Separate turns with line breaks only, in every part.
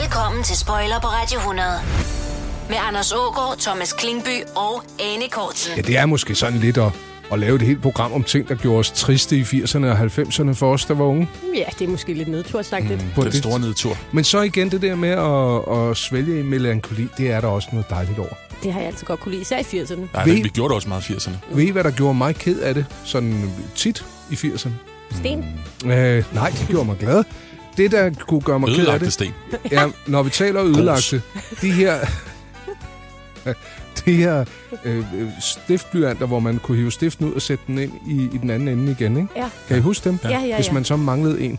Velkommen til Spoiler på Radio 100. Med Anders Ågaard, Thomas Klingby og Anne Kortsen.
Ja, det er måske sådan lidt at, at lave et helt program om ting, der gjorde os triste i 80'erne og 90'erne for os, der var unge.
Ja, det er måske lidt nedtursagtigt. Mm.
På
Den store nedtur.
Men så igen det der med at, at svælge i melankoli, det er der også noget dejligt over.
Det har jeg altid godt kunne lide, især i 80'erne.
Nej,
Ved-
men vi gjorde det også meget i 80'erne.
Ved I, hvad der gjorde mig ked af det, sådan tit i 80'erne?
Sten,
Øh, nej, det gjorde mig glad. Det, der kunne gøre mig ked af
Ødelagte
det,
sten.
ja, når vi taler ødelagte, de her, de her øh, øh, stiftblyanter, hvor man kunne hive stiften ud og sætte den ind i, i den anden ende igen, ikke?
ja.
Kan I huske dem?
Ja, ja, ja.
Hvis man så manglede en,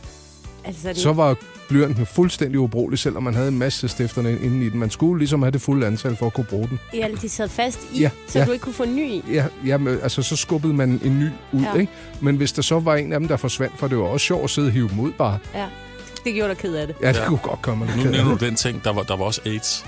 Altså, det,
så var blyanten fuldstændig ubrugelig, selvom man havde en masse af stifterne inde i den. Man skulle ligesom have det fulde antal for at kunne bruge den.
ja, de sad fast i,
Ja,
ja, så
ja.
du ikke kunne få en ny i.
Ja, jamen, altså, så skubbede man en ny ud, ja.
Ja.
ikke? Men hvis der så var en af dem, der forsvandt, for det var også sjovt at sidde og hive dem ud bare.
Ja. Det gjorde dig ked af det.
Ja, det ja. kunne godt komme. lidt
Nu
ked af
nævner
det.
du den ting, der var, der var også AIDS.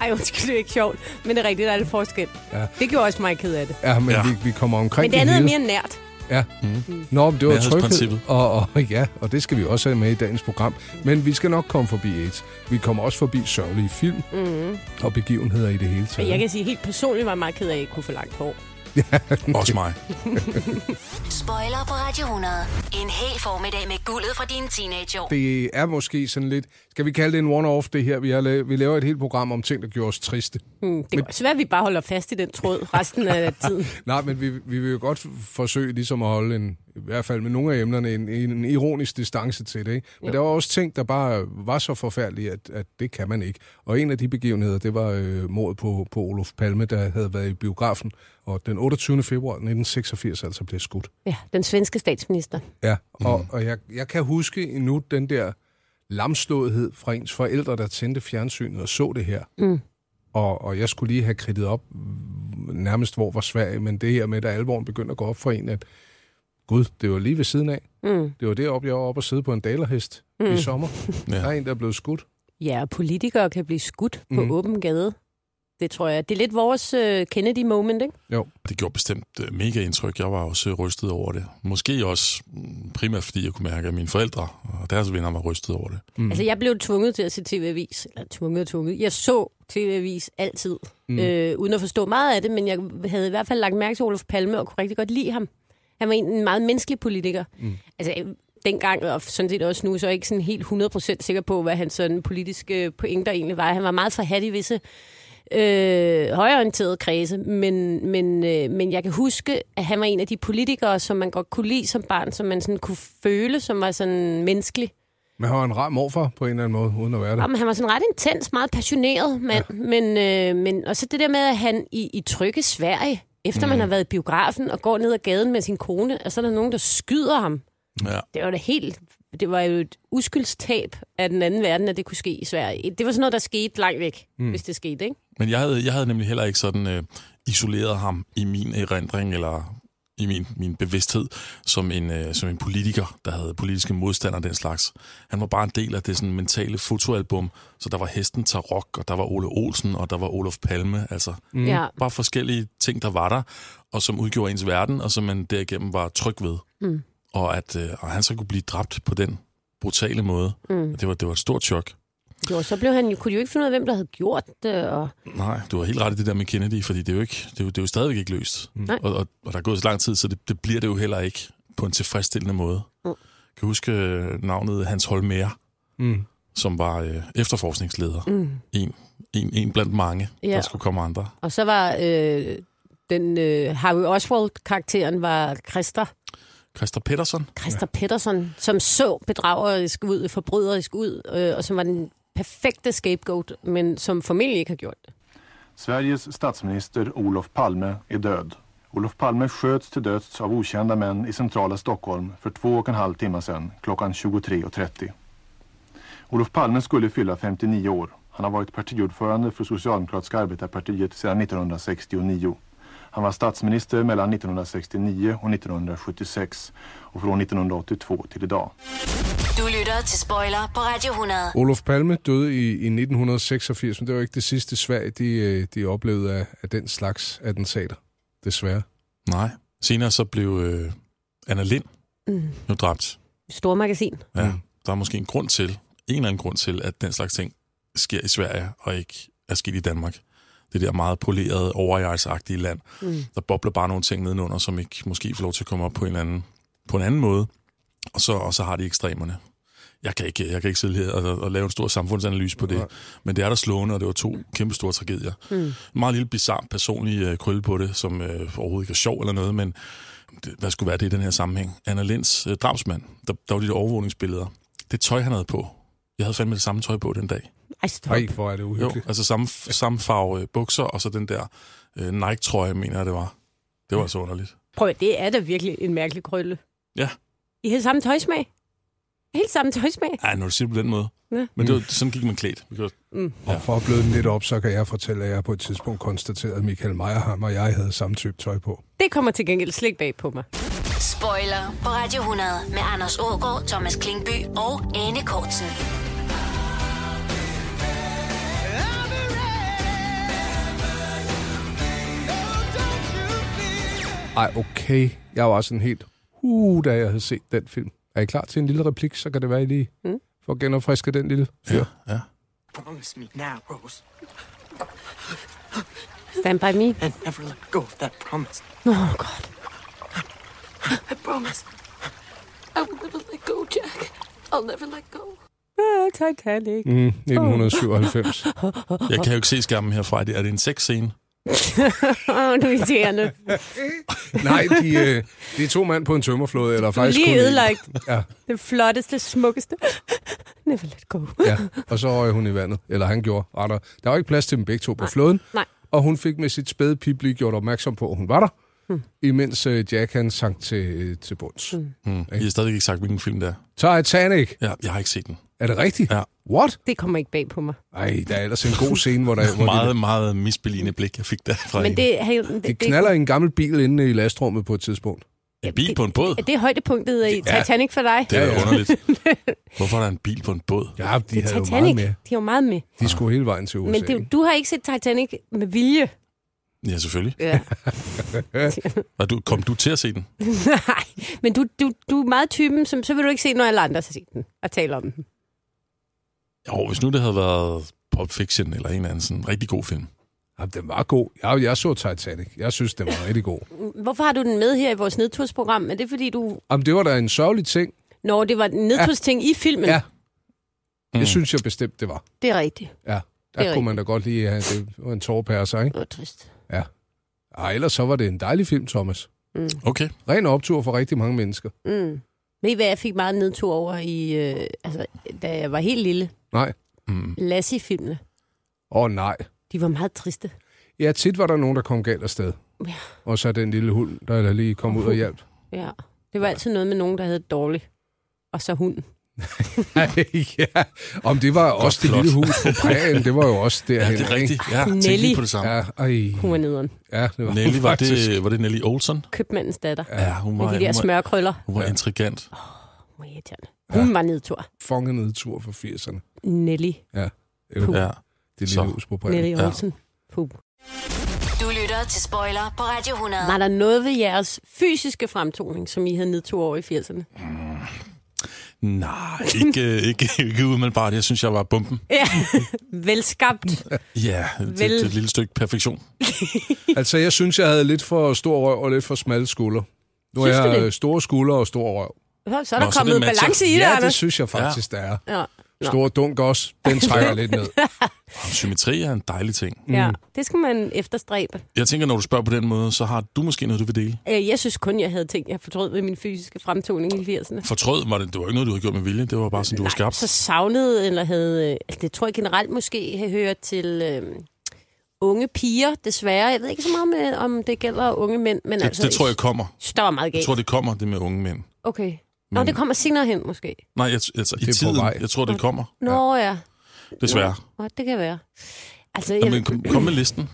Ej, undskyld, det er ikke sjovt, men det er rigtigt, der er lidt forskel.
Ja.
Ja. Det gjorde også mig ked af det.
Ja, men ja.
Ja.
Vi, vi kommer omkring
Men det andet er
hele.
mere nært.
Ja. Mm. Nå, men det var tryghed.
Nærhedsprincippet.
Og, og, ja, og det skal vi også have med i dagens program. Men vi skal nok komme forbi AIDS. Vi kommer også forbi sørgelige film mm. og begivenheder i det hele
Men
taget.
jeg kan sige, helt personligt var jeg meget ked af, at jeg ikke kunne få langt hår.
Også mig.
Spoiler på Radio 100. En hel formiddag med guldet fra dine teenageår.
Det er måske sådan lidt... Skal vi kalde det en one-off, det her? Vi, har lavet, vi laver et helt program om ting, der gjorde os triste.
Mm, det kan også være, at vi bare holder fast i den tråd resten af tiden.
Nej, men vi, vi vil jo godt f- forsøge ligesom at holde en, i hvert fald med nogle af emnerne, en, en ironisk distance til det. Ikke? Men der var også ting, der bare var så forfærdelige, at, at det kan man ikke. Og en af de begivenheder, det var øh, mordet på, på Olof Palme, der havde været i biografen, og den 28. februar 1986 altså blev skudt.
Ja, den svenske statsminister.
Ja, og, og jeg, jeg kan huske endnu den der lamslåethed fra ens forældre, der tændte fjernsynet og så det her. Mm. Og, og jeg skulle lige have kridtet op mm, nærmest hvor var Sverige, men det her med, at alvoren begyndte at gå op for en, at gud, det var lige ved siden af.
Mm.
Det var deroppe, jeg var oppe og sidde på en dalerhest mm. i sommer. ja.
Ja.
Der er en, der er blevet skudt.
Ja, og politikere kan blive skudt på
Mm.
mm. åben gade. Det tror jeg. Det er lidt vores øh, Kennedy-moment, ikke?
Det gjorde bestemt øh, mega indtryk. Jeg var også øh, rystet over det. Måske også mm, primært, fordi jeg kunne mærke, at mine forældre og deres venner var rystet over det.
Mm. Altså, jeg blev tvunget til at se TV-avis. Eller tvunget og tvunget. Jeg så TV-avis altid, mm. øh, uden at forstå meget af det, men jeg havde i hvert fald lagt mærke til Olof Palme og kunne rigtig godt lide ham. Han var en en meget menneskelig politiker. Mm. Altså, øh, dengang, og sådan set også nu, så er jeg ikke sådan helt 100% sikker på, hvad hans sådan politiske pointer egentlig var. Han var meget forhat i visse øh, højorienterede kredse, men, men, øh, men jeg kan huske, at han var en af de politikere, som man godt kunne lide som barn, som man sådan kunne føle, som var sådan menneskelig.
Men han var en rar morfar på en eller anden måde, uden at være det.
Jamen, han var sådan ret intens, meget passioneret mand. Ja. Men, øh, men, og så det der med, at han i, i trygge Sverige, efter mm. man har været i biografen og går ned ad gaden med sin kone, og så er der nogen, der skyder ham.
Mm.
Ja.
Det var da helt... Det var jo et uskyldstab af den anden verden, at det kunne ske i Sverige. Det var sådan noget, der skete langt væk, mm. hvis det skete, ikke?
Men jeg havde, jeg havde nemlig heller ikke sådan øh, isoleret ham i min erindring, eller i min, min bevidsthed, som en, øh, som en politiker, der havde politiske modstandere og den slags. Han var bare en del af det sådan, mentale fotoalbum, så der var Hesten Tarok, og der var Ole Olsen, og der var Olof Palme, altså
Mm. Ja.
bare forskellige ting, der var der, og som udgjorde ens verden, og som man derigennem var tryg ved.
Mm.
Og at øh, og han så kunne blive dræbt på den brutale måde,
Mm.
det var, det var et stort chok.
Jo, så blev han, jo- kunne de jo ikke finde ud af, hvem der havde gjort det. Og...
Nej, du har helt ret i det der med Kennedy, fordi det er jo, ikke, det er jo, det er jo stadigvæk ikke løst. Mm.
Nej.
Og, og, og der er gået så lang tid, så det, det bliver det jo heller ikke på en tilfredsstillende måde. Mm. Kan du huske øh, navnet Hans Holmer,
Mm.
som var øh, efterforskningsleder? Mm. En, en, en blandt mange,
Ja.
ja. der skulle komme andre.
Og så var øh, den øh, Harry Oswald-karakteren var Christer.
Christer Pettersson?
Christer ja. Pettersson, som så bedragerisk ud, forbryderisk ud, øh, og som var den perfekte scapegoat, men som formentlig ikke har gjort det.
Sveriges statsminister Olof Palme är död. Olof Palme sköts till döds av okända män i centrala Stockholm för två och en halv timme sedan klockan 23.30. Olof Palme skulle fylla 59 år. Han har varit partiordförande för Socialdemokratiska arbetarpartiet sedan 1969. Han var statsminister mellan 1969 och 1976 och från 1982 till idag.
Du lytter til Spoiler på Radio 100.
Olof Palme døde i, i 1986, men det var ikke det sidste Sverige, de, øh, de oplevede af, af den slags attentater, desværre.
Nej. Senere så blev øh, Anna Lind mm. jo dræbt.
Stormagasin.
Ja. Mm. Der er måske en grund til, en eller anden grund til, at den slags ting sker i Sverige og ikke er sket i Danmark. Det der meget polerede, overjejsagtige land. Mm. Der bobler bare nogle ting nedenunder, som ikke måske får lov til at komme op på en, eller anden, på en anden måde. Og så, og så har de ekstremerne. Jeg kan ikke, jeg kan ikke sidde her og, og lave en stor samfundsanalyse på det. Men det er der slående, og det var to kæmpe store tragedier. Mm. En meget lille bizarre personlig øh, krølle på det, som øh, overhovedet ikke er sjov eller noget, men det, hvad skulle være det i den her sammenhæng? Anna Linds øh, drabsmand, der, der var de der overvågningsbilleder. Det tøj, han havde på. Jeg havde fandme det samme tøj på den dag.
Ej, stop.
Nej, hvor er det
Jo,
uhyggeligt.
altså samme, samme farve øh, bukser, og så den der øh, Nike-trøje, mener jeg, det var. Det var altså underligt.
Prøv at, det er da virkelig en mærkelig krølle.
Ja.
I har samme tøjsmag. Helt samme tøjsmag.
Ej, når du siger det på den måde.
Ja.
Men det var, sådan gik man klædt. Vi gjorde-
mm.
Og for at bløde den lidt op, så kan jeg fortælle, at jeg på et tidspunkt konstaterede, at Michael Meyerheim og jeg havde samme type tøj på.
Det kommer til gengæld slet ikke bag på mig.
Spoiler på Radio 100 med Anders Ågaard, Thomas Klingby og Anne Kortsen.
Ej, okay. Jeg var sådan helt, uh, da jeg havde set den film. Er I klar til en lille replik, så kan det være, I lige mm. får genopfrisket den lille fyr.
Ja.
Promise me now, Rose,
Stand by me.
and never let go of that promise.
Nå, oh, godt.
I promise. I will never let go, Jack. I'll never let go.
Ah, Titanic.
Mm, 1997.
Jeg kan jo ikke se skærmen herfra. Er det, er det en sexscene?
Åh, oh, du er irriterende.
Nej, de, øh, de er to mænd på en tømmerflåde, eller
Du er
faktisk
lige
kun en.
ødelagt.
Ja,
Det flotteste, smukkeste. Never let go.
ja, og så røg hun i vandet, eller han gjorde, retter. Der var ikke plads til dem begge to på flåden,
Nej.
og hun fik med sit spæde pip lige gjort opmærksom på, at hun var der,
Hmm.
mm. imens øh, Jack han sank til, til bunds. Mm.
Mm. Jeg har stadig ikke sagt, hvilken film det er.
Titanic,
Ja, jeg har ikke set den.
er det rigtigt?
Ja.
What?
Det kommer ikke bag på mig.
Ej, der er ellers en god scene, hvor der... Hvor de-
Meget, meget misbeligende blik, jeg fik der fra
Men
en.
det, hey, det,
De knaller i en gammel bil inde i lastrummet på et tidspunkt.
en bil på en båd.
Det, det er højdepunktet i Titanic for dig.
Det er
Ja,
da
ja.
underligt. Hvorfor er der en bil på en båd?
Ja, de
det
havde jo
er
meget
Titanic.
med.
De er jo meget med.
De skulle hele vejen til USA.
Men det, du har ikke set Titanic med vilje.
Ja, selvfølgelig.
Ja.
Og du, kom du til at se den?
Nej, men du, du, du er meget typen, som så vil du ikke se, når alle andre har set den og taler om den.
Jo, hvis nu det havde været Pop Fiction eller en eller anden sådan rigtig god film.
Jamen, den var god. Jeg, jeg så Titanic. Jeg synes, den var rigtig god.
Hvorfor har du den med her i vores nedtursprogram? Er det fordi du...
Jamen, det var da en sørgelig ting.
Nå, det var en nedtursting i filmen.
Ja,
Mm.
det synes jeg bestemt, det var.
Det er rigtigt.
Ja,
er
der kunne man da godt lige have det var en tårpærser, ikke?
Det var trist.
Ja. Ej, ellers så var det en dejlig film, Thomas.
Okay.
Ren optur for rigtig mange mennesker.
Mm. Ved I, hvad jeg fik meget nedtur over, i, øh, altså, da jeg var helt lille?
Nej.
Mm.
Lassie-filmene.
Åh, oh, nej.
De var meget triste.
Ja, tit var der nogen, der kom galt afsted.
Ja.
Og så den lille hund, der der lige kom ud og hjalp.
Ja. Det var altid noget med nogen, der havde det dårligt. Og så hunden.
ja. Om det var også det
plot.
lille hus på prærien, det var jo også
Ja,
derhen.
det er rigtigt. Ja,
Nelly.
tænk lige på det samme.
Ja, ej.
Hun var nederen.
Ja, det var
Nelly,
hun
var
faktisk.
det, var det Nelly Olsen?
Købmandens datter.
Ja, hun
Med
var,
de der
hun var,
smørkrøller.
hun var intrigant.
Hvor irriterende. Hun var nedtur.
Fanget nedtur for 80'erne.
Nelly.
Ja. Det, er jo
Ja.
det
Så.
lille hus på prærien.
Nelly
Ja.
Olsen. Puh.
Du lytter til Spoiler på Radio 100.
Var der noget ved jeres fysiske fremtoning, som I havde nedtur over i 80'erne?
Nej, ikke, øh, ikke, ikke umiddelbart. Jeg synes, jeg var bomben.
Ja, velskabt.
Ja, det,
Vel.
det er et lille stykke perfektion.
Altså, jeg synes, jeg havde lidt for stor røv og lidt for smalle skulder. Nu har
Synes du
jeg
det?
øh, store skuldre og stor røv.
Nå, Så er
Nå,
der
så
Nå,
det
kommet
matcher.
balance i det,
Ja, det
Anders.
synes jeg faktisk, der er.
Ja. Nå.
Store dunk også. Den trækker lidt ned.
Symmetri er en dejlig ting.
ja, det skal man efterstræbe.
Jeg tænker, når du spørger på den måde, så har du måske noget, du vil dele.
Øh, Jeg synes kun, jeg havde ting, jeg fortrød ved min fysiske fremtoning i 80'erne.
Fortrød var det, det var ikke noget, du havde gjort med vilje. Det var bare sådan, du var skabt.
Så savnede, eller havde... øh, altså, Det tror jeg generelt måske hører til øh, unge piger, desværre. Jeg ved ikke så meget med, om det gælder unge mænd, men
Det,
altså...
det tror jeg kommer.
Der var meget
Jeg
galt.
tror, det kommer, det med unge mænd.
Okay. Nå,
Men-
det kommer senere hen, måske.
Nej, jeg, altså, i
Det er på
tiden.
vej.
Jeg tror, det kommer,
Nå, ja. ja.
desværre.
Nå, det kan være. Altså,
Nå,
jeg,
men kom, kom med listen.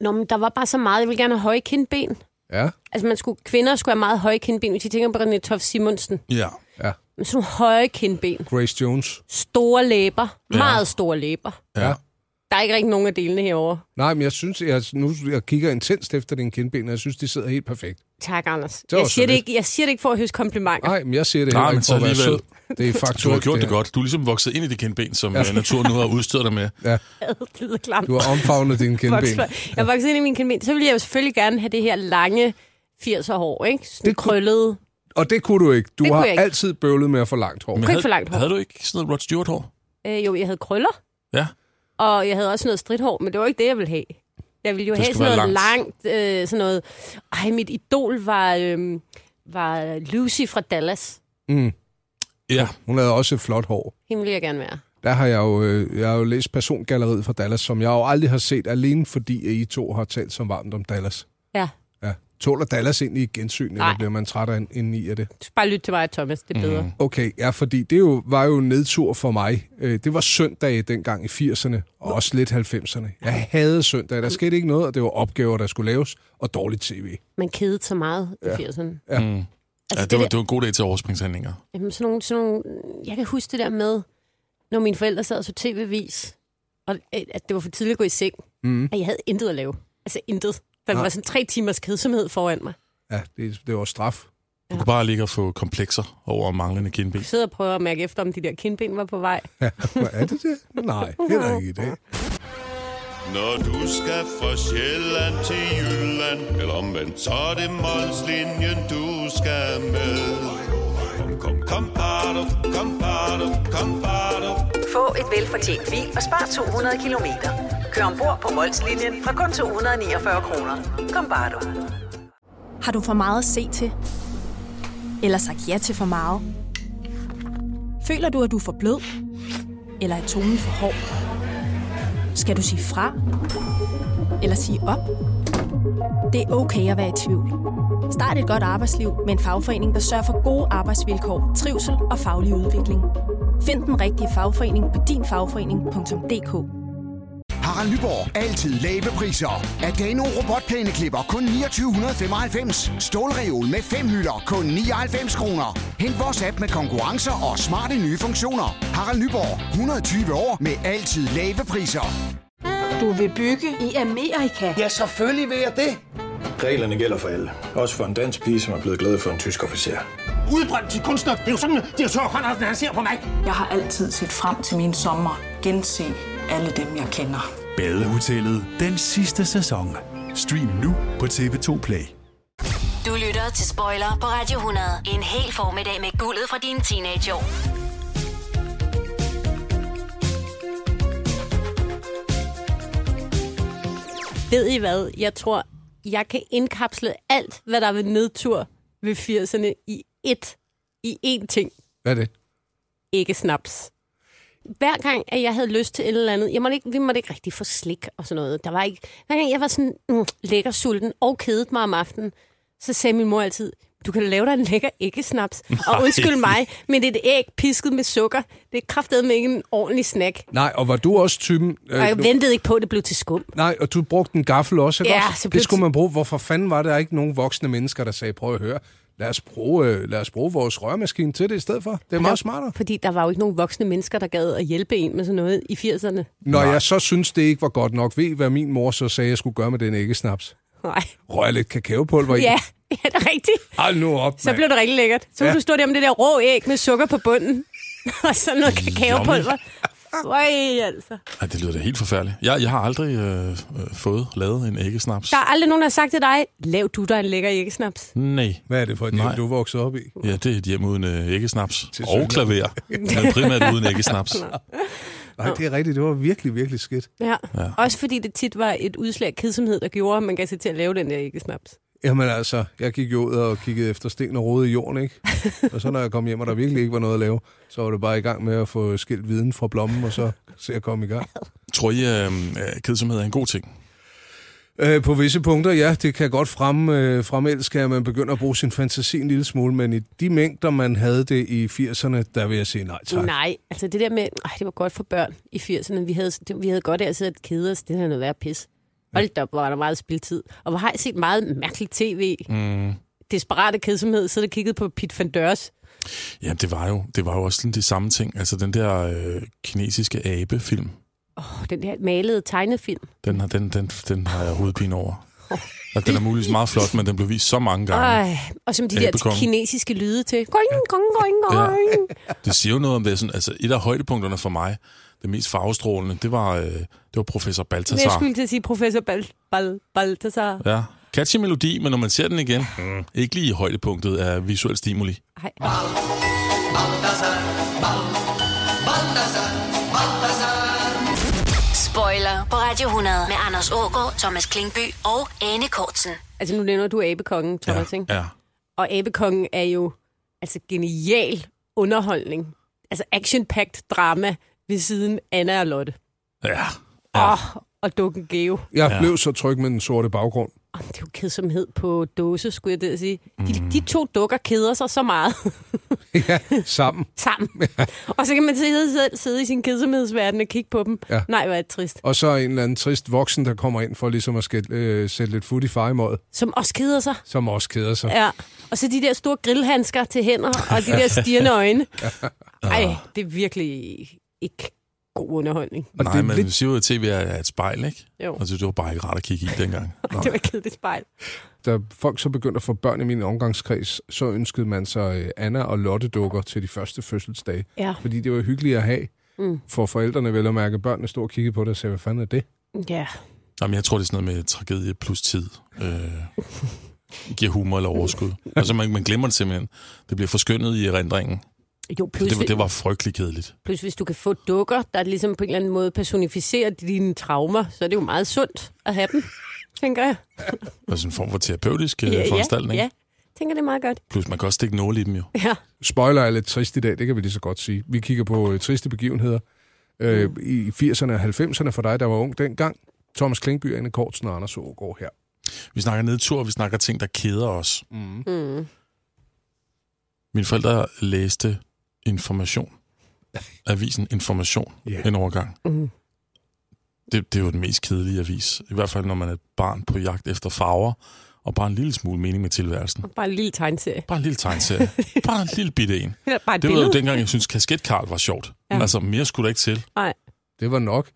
Nå, men der var bare så meget. Jeg ville gerne have høje kindben.
Ja.
Altså, man skulle, kvinder skulle have meget høje kindben. Hvis I tænker på René Toft Simonsen.
Ja.
Men sådan nogle høje kindben.
Grace Jones.
Store læber.
Ja.
Ja. Meget store læber.
ja.
Der er ikke rigtig nogen af delene herovre.
Nej, men jeg synes, jeg, nu jeg kigger intenst efter din kindben, og jeg synes, de sidder helt perfekt.
Tak, Anders.
var
Jeg siger, det
sødt.
ikke, jeg siger det ikke for at høste komplimenter.
Nej, men jeg siger det
Nej,
heller
men
ikke for
så
at være sød.
alligevel.
Det er
Du har
faktuelt.
gjort det
her.
godt. Du er ligesom vokset ind i det kendben, som ja. naturen nu har udstyret dig med.
Ja,
Det lyder klamt.
du har omfavnet dine kindben.
Voksfløj. Jeg voksede ind i min kindben. Så ville jeg jo selvfølgelig gerne have det her lange 80'er hår, ikke? Sådan
Det
det
kunne-
krøllede.
Og det kunne du ikke. Du
Det kunne
har
jeg ikke.
altid bøvlet med at få langt hår.
Men
ikke
havde,
få langt hår.
Havde du ikke sådan noget Rod Stewart-hår?
Øh, jo, jeg havde krøller,
Ja.
og jeg havde også noget stridthår, men det var ikke det, jeg ville have. Jeg ville jo
Det
have
skulle
sådan
være
noget langt, øh, sådan noget... Ej, mit idol var, øh, var Lucy fra Dallas.
Mm.
Ja.
Hun havde også et flot hår.
Hende ville jeg gerne være.
Der har jeg jo, øh, jeg har jo læst Persongalleriet fra Dallas, som jeg jo aldrig har set, alene fordi at I to har talt så varmt om Dallas.
Ja.
Ja. Tåler Dallas ind i et gensyn, eller
Nej.
bliver man træt af en indeni af det?
Bare lyt til mig, Thomas. Det er bedre. Mm.
Mhm.
Okay, ja, fordi det jo, var jo en nedtur for mig. Øh, Det var søndag dengang i 80'erne, og også lidt 90'erne. Jeg havde søndag, der skete ikke noget, og det var opgaver, der skulle laves, og dårligt tv.
Man kedede så meget i 80'erne.
Ja.
Mm.
Ja,
Altså,
det, var, det var en god dag til overspringshandlinger.
Jamen, sådan nogle, sådan nogle, jeg kan huske det der med, når mine forældre sad og så tv-vis, og øh, at det var for tidligt at gå i seng,
Mhm.
mm. at jeg havde intet at lave. Altså intet. Der var sådan tre timers kedsomhed foran mig.
Ja, det, det var straf.
Du kunne bare ligge og få komplekser over manglende kindben.
Jeg sidder og prøver at mærke efter, om de der kindben var på vej.
Hvad er det det? Nej, heller ikke i dag.
Når du skal fra Sjælland til Jylland Eller omvendt, så er det Molslinjen, du skal med Kom, kom, kom, bado, kom, bado, kom, bado.
Få et velfortjent bil og spar 200 kilometer. Kør ombord på Molslinjen fra kun 249 kroner. Kom bare du.
Har du for meget at se til? Eller sagt ja til for meget? Føler du, at du er for blød? Eller er tonen for hård? Skal du sige fra? Eller sige op? Det er okay at være i tvivl. Start et godt arbejdsliv med en fagforening, der sørger for gode arbejdsvilkår, trivsel og faglig udvikling. Find den rigtige fagforening på dinfagforening.dk
Harald Nyborg. Altid lave priser. Adano robotplæneklipper kun 2995. Stålreol med fem hylder kun 99 kroner. Hent vores app med konkurrencer og smarte nye funktioner. Harald Nyborg. 120 år med altid lave priser.
Du vil bygge i Amerika?
Ja, selvfølgelig vil jeg det.
Reglerne gælder for alle. Også for en dansk pige, som er blevet glad for en tysk officer.
Udbrændt til kunstner, det er jo sådan, at de har tørt, han ser på mig
Jeg har altid set frem til min sommer. Gense alle dem, jeg kender.
Badehotellet. Den sidste sæson. Stream nu på TV2 Play.
Du lytter til Spoiler på Radio 100. En hel formiddag med guldet fra dine teenageår.
Ved I hvad? Jeg tror, jeg kan indkapsle alt, hvad der ved nedtur ved 80'erne i ét, i én ting.
Hvad er det?
ikke snaps. Hver gang, at jeg havde lyst til et eller andet, jeg måtte ikke, vi måtte ikke rigtig få slik og sådan noget. Der var ikke, hver gang jeg var sådan mm, lækker sulten og kedet mig om aftenen, så sagde min mor altid, du kan lave dig en lækker æggesnaps. Og undskyld mig, men det er et æg pisket med sukker. Det er kraftedeme ikke en ordentlig snack.
Nej, og var du også typen... Øh,
Og jeg
nu-
ventede ikke på, at det blev til skum.
Nej, og du brugte en gaffel også, ikke
Ja,
også?
så
Det
pludselig-
skulle man bruge. Hvorfor fanden var der ikke nogen voksne mennesker, der sagde, prøv at høre, lad os bruge, øh, lad os bruge vores rørmaskine til det i stedet for. Det er meget smartere.
Fordi der var jo ikke nogen voksne mennesker, der gad at hjælpe en med sådan noget i 80'erne.
Når jeg så synes, det ikke var godt nok, ved I, hvad min mor så sagde, jeg skulle gøre med den æggesnaps?
Nej.
Røg lidt kakaopulver i.
Ja, ja, det er rigtigt.
Hold nu op,
Så
mand.
blev det rigtig lækkert. Så
Ja.
ja. du stå der med det der rå æg med sukker på bunden. og sådan noget kakaopulver. Øj, altså.
Ja, det lyder da helt forfærdeligt. Jeg, jeg har aldrig øh, øh, fået lavet en æggesnaps.
Der er aldrig nogen, der har sagt til dig, lav du dig en lækker æggesnaps.
Nej.
Hvad er det for et hjem,
Nej.
du voksede op i?
Ja, det er et hjem uden øh, æggesnaps.
synligheden.
Og klaver. Men primært uden æggesnaps.
Nej, det er rigtigt. Det var virkelig, virkelig skidt.
Ja. ja. Også fordi det tit var et udslag af kedsomhed, der gjorde, at man gav sig til at lave den der æggesnaps.
Jamen altså, jeg gik jo ud og kiggede efter sten og rode i jorden, ikke? Og så når jeg kom hjem, og der virkelig ikke var noget at lave, så var det bare i gang med at få skilt viden fra blommen, og så se at komme i gang.
Tror I, øh, øh, kedsomhed er en god ting?
Øh, på visse punkter, ja, det kan godt frem, øh, fremelske, at man begynder at bruge sin fantasi en lille smule, men i de mængder, man havde det i 80'erne, der vil jeg sige nej tak.
Nej, altså det der med, ej, det var godt for børn i 80'erne. Vi havde, det- vi havde godt af at sidde og kede os. Det her noget værd pis. Hold da op, hvor var der meget spildtid. Og hvor har jeg set meget mærkeligt tv. Mm. Desperate kedsomhed, så der kiggede på Pete Van Dørs.
Ja, det var jo, det var jo også sådan de samme ting. Altså den der øh, kinesiske abefilm,
Åh, den der malede tegnefilm.
den, har, den, den, den har jeg hovedpine over. Og den er muligvis meget flot, men den blev vist så mange gange.
Ej, og som de der
Abekongen.
kinesiske lyde til. Going, going, going, going.
Det siger jo noget om det. er Sådan, altså, et af højdepunkterne for mig, det mest farvestrålende, det var, øh, det var professor
Men jeg
Baltasar.
skulle til at sige professor Bal, Bal, Baltasar.
Ja. Catchy melodi, men når man ser den igen, mm. ikke lige i højdepunktet af visuel stimuli.
Spoiler på Radio 100 med Anders Ågaard, Thomas Klingby og Anne Kortsen.
Altså, nu nævner du abekongen, Thomas, ja. ikke?
Ja.
Og abekongen er jo altså genial underholdning. Altså action-packed drama ved siden Anna og Lotte.
Ja.
Ja. Oh, og dukken Geo.
Jeg ja. blev så tryg med den sorte baggrund.
Det er jo kedsomhed på dåse, skulle jeg til at sige. De, de to dukker keder sig så meget
ja, sammen.
sammen. og så kan man sidde, sidde, sidde i sin kedsomhedsverden og kigge på dem.
Ja.
Ja. Nej, hvor er det trist.
Og så en eller anden trist voksen, der kommer ind for ligesom at skæt, øh, sætte lidt fut i fejemåret,
Som også keder sig.
som også keder sig.
Ja. Og så de der store grillhandsker til hænder, og de der stirrende øjne. Ej, det er virkelig ikke god underholdning.
Og Nej, det men lidt... du siger jo, at tv er- er et spejl, ikke?
Jo.
Altså, det var bare ikke rart at kigge i dengang.
Det var et kedeligt spejl.
Da folk så begyndte at få børn i min omgangskreds, så ønskede man sig øh, Anna og Lotte dukker til de første fødselsdage.
Ja.
Fordi det var hyggeligt at have.
Mm.
For forældrene vel at mærke, børnene stod og kiggede på det og sagde, hvad fanden er det?
Ja.
Jamen, jeg tror, det er sådan noget med tragedie plus tid. Øh, giver humor eller overskud. Altså, man, man glemmer det simpelthen. Det bliver forskyndet i erindringen.
Jo, plus,
Altså, Det, var- det var frygtelig kedeligt.
plus hvis du kan få dukker, der ligesom på en eller anden måde personificerer dine traumer, så er det jo meget sundt at have dem, tænker jeg.
Det var sådan Altså, en form for terapeutisk øh,
ja,
foranstaltning.
ja. Tænker det er meget godt.
Plus, man kan også stikke nåle i dem jo.
Ja.
Spoiler er lidt trist i dag, det kan vi lige så godt sige. Vi kigger på øh, triste begivenheder øh,
Mm.
i 80'erne og 90'erne for dig, der var ung dengang. Thomas Klingby, Anne Kortsen og Anders Ågaard her.
Vi snakker nedtur, vi snakker ting, der keder os.
Mm.
Mm.
Mine forældre læste Information. Avisen Information.
Ja.
En overgang.
Mm.
Det, det er jo den mest kedelige avis. I hvert fald, når man er et barn på jagt efter farver, og bare en lille smule mening med tilværelsen.
Bare en lille tegneserie.
Bare en lille tegneserie. bare en lille bitte en.
Eller bare et
Det var jo
billede.
dengang, jeg synes kasket Karl var sjovt. Ja.
Ja.
Altså, mere skulle der ikke til.
Nej.
Det var nok.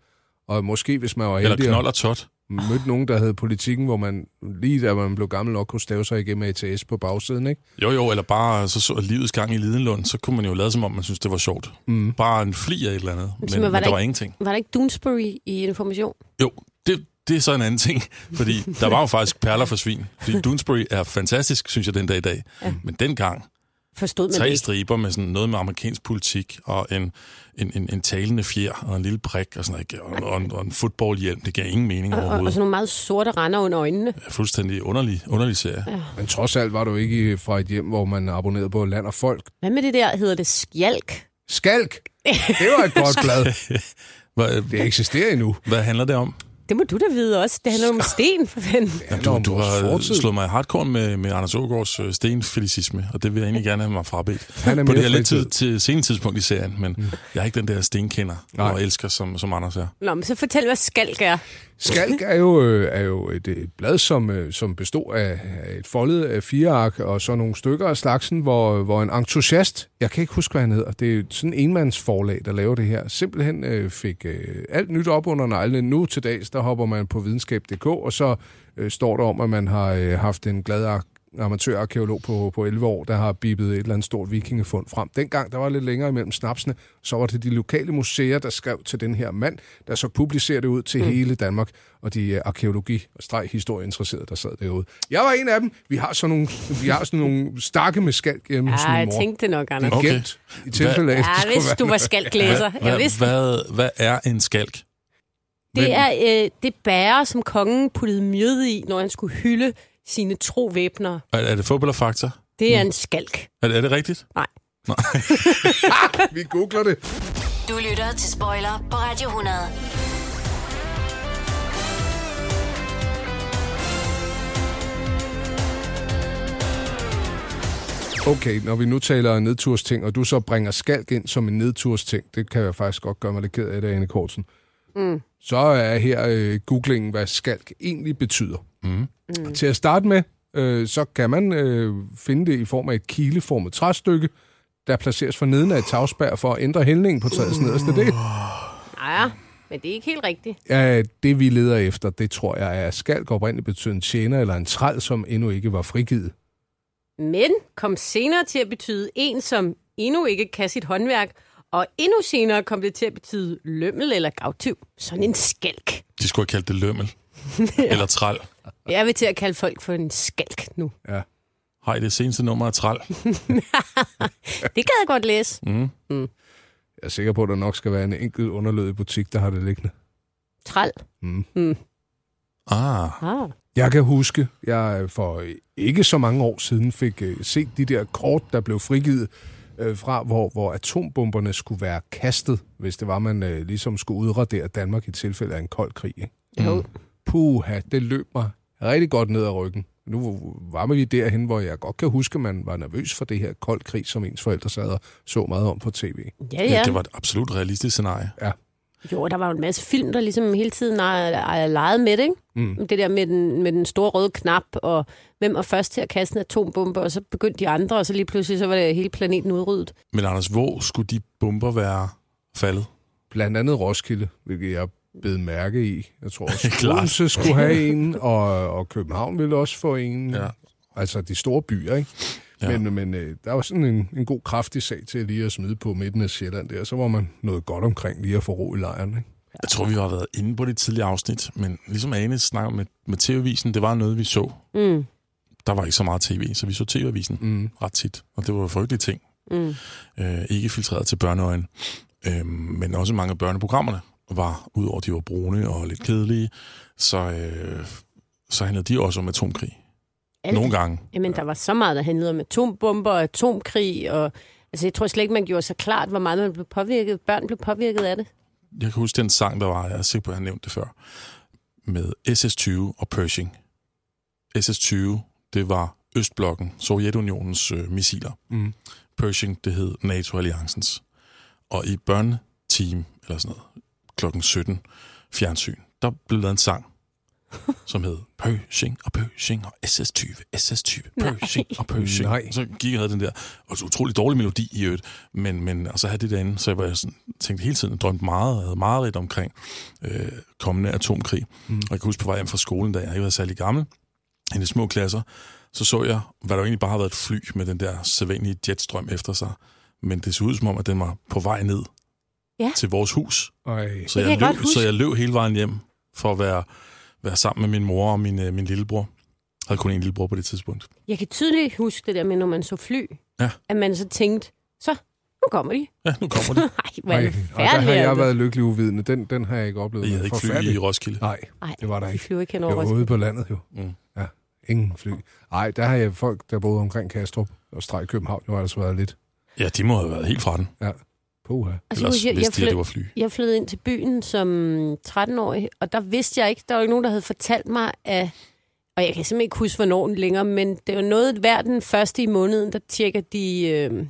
Og måske, hvis man var
Eller
heldig
knold
og
og tot.
mødte nogen, der havde politikken, hvor man lige da man blev gammel nok kunne stave sig igennem ATS på bagsiden, ikke?
Jo, jo, eller bare så, så livets gang i Lidenlund, så kunne man jo lade som om, man synes, det var sjovt.
Mm.
Bare en fli af et eller andet, men,
men var
men
der
der var
ikke-
ingenting.
Var der ikke Doonesbury i information?
Jo, det, det er så en anden ting, fordi der var jo faktisk perler for svin. Fordi Doonesbury er fantastisk, synes jeg, den dag i dag. Ja. Men dengang,
Forstod man det
tre
ikke?
striber med sådan noget med amerikansk politik, og en, en, en, en talende fjer, og en lille prik, og sådan noget, ikke? og, og, en, og en footballhjelm, det gav ingen mening
Og, og, og
overhovedet.
sådan nogle meget sorte render under øjnene.
Det er fuldstændig underlig, underlig serie.
Men trods alt var du ikke i- fra et hjem, hvor man abonnerede på Land og Folk.
Hvad med det der, hedder det skjalk?
Skalk! Det var et godt blad.
Hvad,
Det eksisterer endnu.
hvad handler det om?
Det må du da vide også. Det handler om sten, for fanden.
Det handler
Du,
om
du
vores
har
fortid.
fortid. slået mig i hardcore med, med Anders Ågaards øh, stenfelicisme, og det vil jeg egentlig gerne have mig frabedt.
Han er
På
mere
det her lidt
fritid.
tid, til senere tidspunkt i serien, men jeg er ikke den der stenkender
Nej.
og elsker, som, som Anders er.
Nå, men så fortæl, hvad skalk er.
Skalk er jo, øh, er jo et, et blad, som, øh, som bestod af af et foldet af fire ark og så nogle stykker af slagsen, hvor, hvor en entusiast, jeg kan ikke huske, hvad han hedder, det er sådan en enmandsforlag, der laver det her, simpelthen øh, fik øh, alt nyt op under neglene. Nu til dags, der hopper man på videnskab.dk, og så øh, står der om, at man har øh, haft en glad ark amatørarkeolog på, på 11 år, der har bippet et eller andet stort vikingefund frem. Dengang, der var lidt længere imellem snapsene, så var det de lokale museer, der skrev til den her mand, der så publicerede det ud til mm. hele Danmark, og de øh, arkeologi- og streg-historieinteresserede, der sad derude. Jeg var en af dem. Vi har sådan nogle, vi har sådan nogle stakke med skalk hjemme hos
Ej,
min
jeg
mor.
tænkte det nok, Anders.
Det er
Okay.
gemt i tilfælde af, at det
Ja,
skulle
hvis
være
du var
noget.
skalklæser. Jeg
Hvad,
vidste det.
hvad, hvad er en skalk?
Det er øh, det bære, som kongen puttede mjød i, når han skulle hylde sine tro væbner.
Er, er det fodbold og fakta?
Det er en skalk.
Er, er det rigtigt?
Nej.
Nej.
Vi googler det.
Du lytter til Spoiler på Radio 100.
Okay, når vi nu taler nedtursting, og du så bringer skalk ind som en nedtursting, det kan jeg faktisk godt gøre mig lidt ked af det, Anne Kortsen.
Mm.
Så er her øh, googlingen, hvad skalk egentlig betyder.
Mm.
Mm. Til at starte med, øh, så kan man øh, finde det i form af et kileformet træstykke, der placeres for neden af et tagspær for at ændre hældningen på træets nederste del.
Ja, Men det er ikke helt rigtigt.
Ja, det vi leder efter, det tror jeg er skalk oprindeligt betyder en tjener eller en træl, som endnu ikke var frigivet.
Men kom senere til at betyde en, som endnu ikke kan sit håndværk, og endnu senere kom det til at betyde lømmel eller gavtyv. Sådan en skalk.
De skulle have kaldt det lømmel. Eller træl.
Jeg vil til at kalde folk for en skalk nu.
Ja.
Hej, det seneste nummer er træl.
Det gad jeg godt læse.
Mm.
Mm.
Jeg er sikker på, at der nok skal være en enkelt underlødig butik, der har det liggende.
Træl.
Mm.
Mm.
Ah.
Ah.
Jeg kan huske, jeg øh, for ikke så mange år siden fik øh, set de der kort, der blev frigivet øh, fra, hvor, hvor atombomberne skulle være kastet, hvis det var, man øh, ligesom skulle udradere Danmark i tilfælde af en kold krig. Ikke?
Jo.
Puha, det løb mig rigtig godt ned ad ryggen. Nu var vi derhen, hvor jeg godt kan huske, man var nervøs for det her kold krig, som ens forældre sad og så meget om på tv.
Ja, ja.
Det var et absolut realistisk scenarie.
Ja.
Jo, der var jo en masse film, der ligesom hele tiden har- har leget med det, ikke?
Mm.
Det der med den, med den store røde knap, og hvem var først til at kaste en atombombe, og så begyndte de andre, og så lige pludselig så var det hele planeten udryddet.
Men Anders, hvor skulle de bomber være faldet?
Blandt andet Roskilde, hvilket jeg bed mærke i. Jeg tror også,
Klart.
Odense skulle have en, og, og København ville også få en. Ja. Altså de store byer, ikke? Ja. Men, men øh, der var sådan en, en god kraftig sag til lige at smide på midten af Sjælland der, så var man noget godt omkring lige at få ro i lejren, ikke?
Jeg tror, vi har været inde på det tidligere afsnit, men ligesom Ane snakker med, med TV-avisen, det var noget, vi så.
Mm.
Der var ikke så meget tv, så vi så TV-avisen
mm.
ret tit, og det var jo frygtelige ting.
Mm.
Øh, ikke filtreret til børneøjen, øh, men også mange af børneprogrammerne var, udover at de var brune og lidt kedelige, så, øh, så handlede de også om atomkrig.
Alt.
Nogle gange.
Jamen, der var så meget, der handlede om atombomber og atomkrig, og altså, jeg tror slet ikke, man gjorde så klart, hvor meget man blev påvirket, børn blev påvirket af det.
Jeg kan huske den sang, der var, jeg er sikker på, at jeg har nævnt det før, med SS-20 og Pershing. SS-20, det var Østblokken, Sovjetunionens øh, missiler.
Mm.
Pershing, det hed NATO-alliancens. Og i børneteam, eller sådan noget, klokken 17, fjernsyn, der blev lavet en sang, som hed Pershing og Pershing og SS-20, SS-20, Pershing og Pershing.
Nej.
Så gik jeg og havde den der, og så utrolig dårlig melodi i øvrigt, men, men og så havde det derinde, så jeg var sådan, tænkte hele tiden, drømte meget, og havde meget rigtigt omkring øh, kommende atomkrig.
Mm.
Mm. Og jeg kan huske på vej hjem fra skolen, da jeg ikke var særlig gammel, i de små klasser, så så jeg, hvad der jo egentlig bare havde været et fly med den der sædvanlige jetstrøm efter sig. Men det så ud som om, at den var på vej ned
Ja.
til vores hus.
Ej.
Så
kan
jeg,
jeg godt
løb,
huske.
så jeg løb hele vejen hjem for at være, være sammen med min mor og min, øh, min lillebror. Jeg havde kun en lillebror på det tidspunkt.
Jeg kan tydeligt huske det der med, når man så fly,
Ja.
at man så tænkte, så, nu kommer de.
Ja, nu kommer det.
Nej, hvor er det
og der har
forfærdeligt,
jeg
altså.
været lykkelig uvidende. Den, den har jeg ikke oplevet.
Jeg havde ikke fly
Forfærdeligt.
i Roskilde.
Nej,
Nej,
det var der ikke.
flyver ikke hen over
Jeg var
Roskilde.
ude på landet jo.
Mm.
Ja, ingen fly. Nej, der har jeg folk, der boede omkring Kastrup og streg København, jo har altså været lidt.
Ja, de må have været helt fra den.
Ja, puha.
Og så
Ellers
husker Altså,
vidste
jeg- jeg
de, at
flyt-
det var fly.
Jeg flyttede ind til byen som 13-årig, og der vidste jeg ikke, der var ikke nogen, der havde fortalt mig, at, og jeg kan simpelthen ikke huske, hvornår den længere, men det var noget, hver den første i måneden, der tjekker de øh,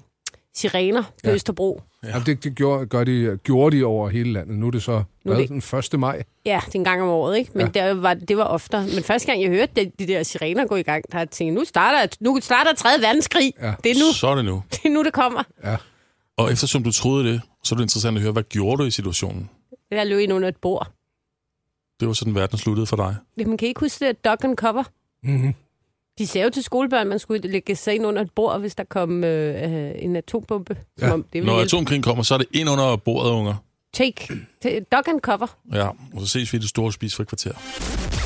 sirener på
Ja.
ja. Østerbro.
Ja. Jamen, det, det gjorde, gør de, gjorde de over hele landet. Nu er det så
Nu er
hvad,
det-
den 1. maj.
Ja, det er en gang om året, ikke? Men ja. der var, det var oftere. Men første gang, jeg hørte de, de der sirener gå i gang, der tænkte jeg, nu starter, nu starter 3. verdenskrig.
Ja.
Ja. Det, er nu,
Så er det nu.
det er nu, det kommer.
Og eftersom du troede det, så er det interessant at høre, hvad gjorde du i situationen?
Jeg løb ind under et bord.
Det var sådan, verden sluttede for dig.
Jamen, kan I ikke huske det der duck and cover?
Mm-hmm.
De sagde jo til skolebørn, man skulle lægge sig ind under et bord, hvis der kom øh, øh, en atombombe. Som
Ja.
om det ville
Når
hjælpe.
atomkrigen kommer, så er det ind under bordet, unger.
Take. T- Dog and cover.
Ja, og så ses vi i det store spisfri kvarter.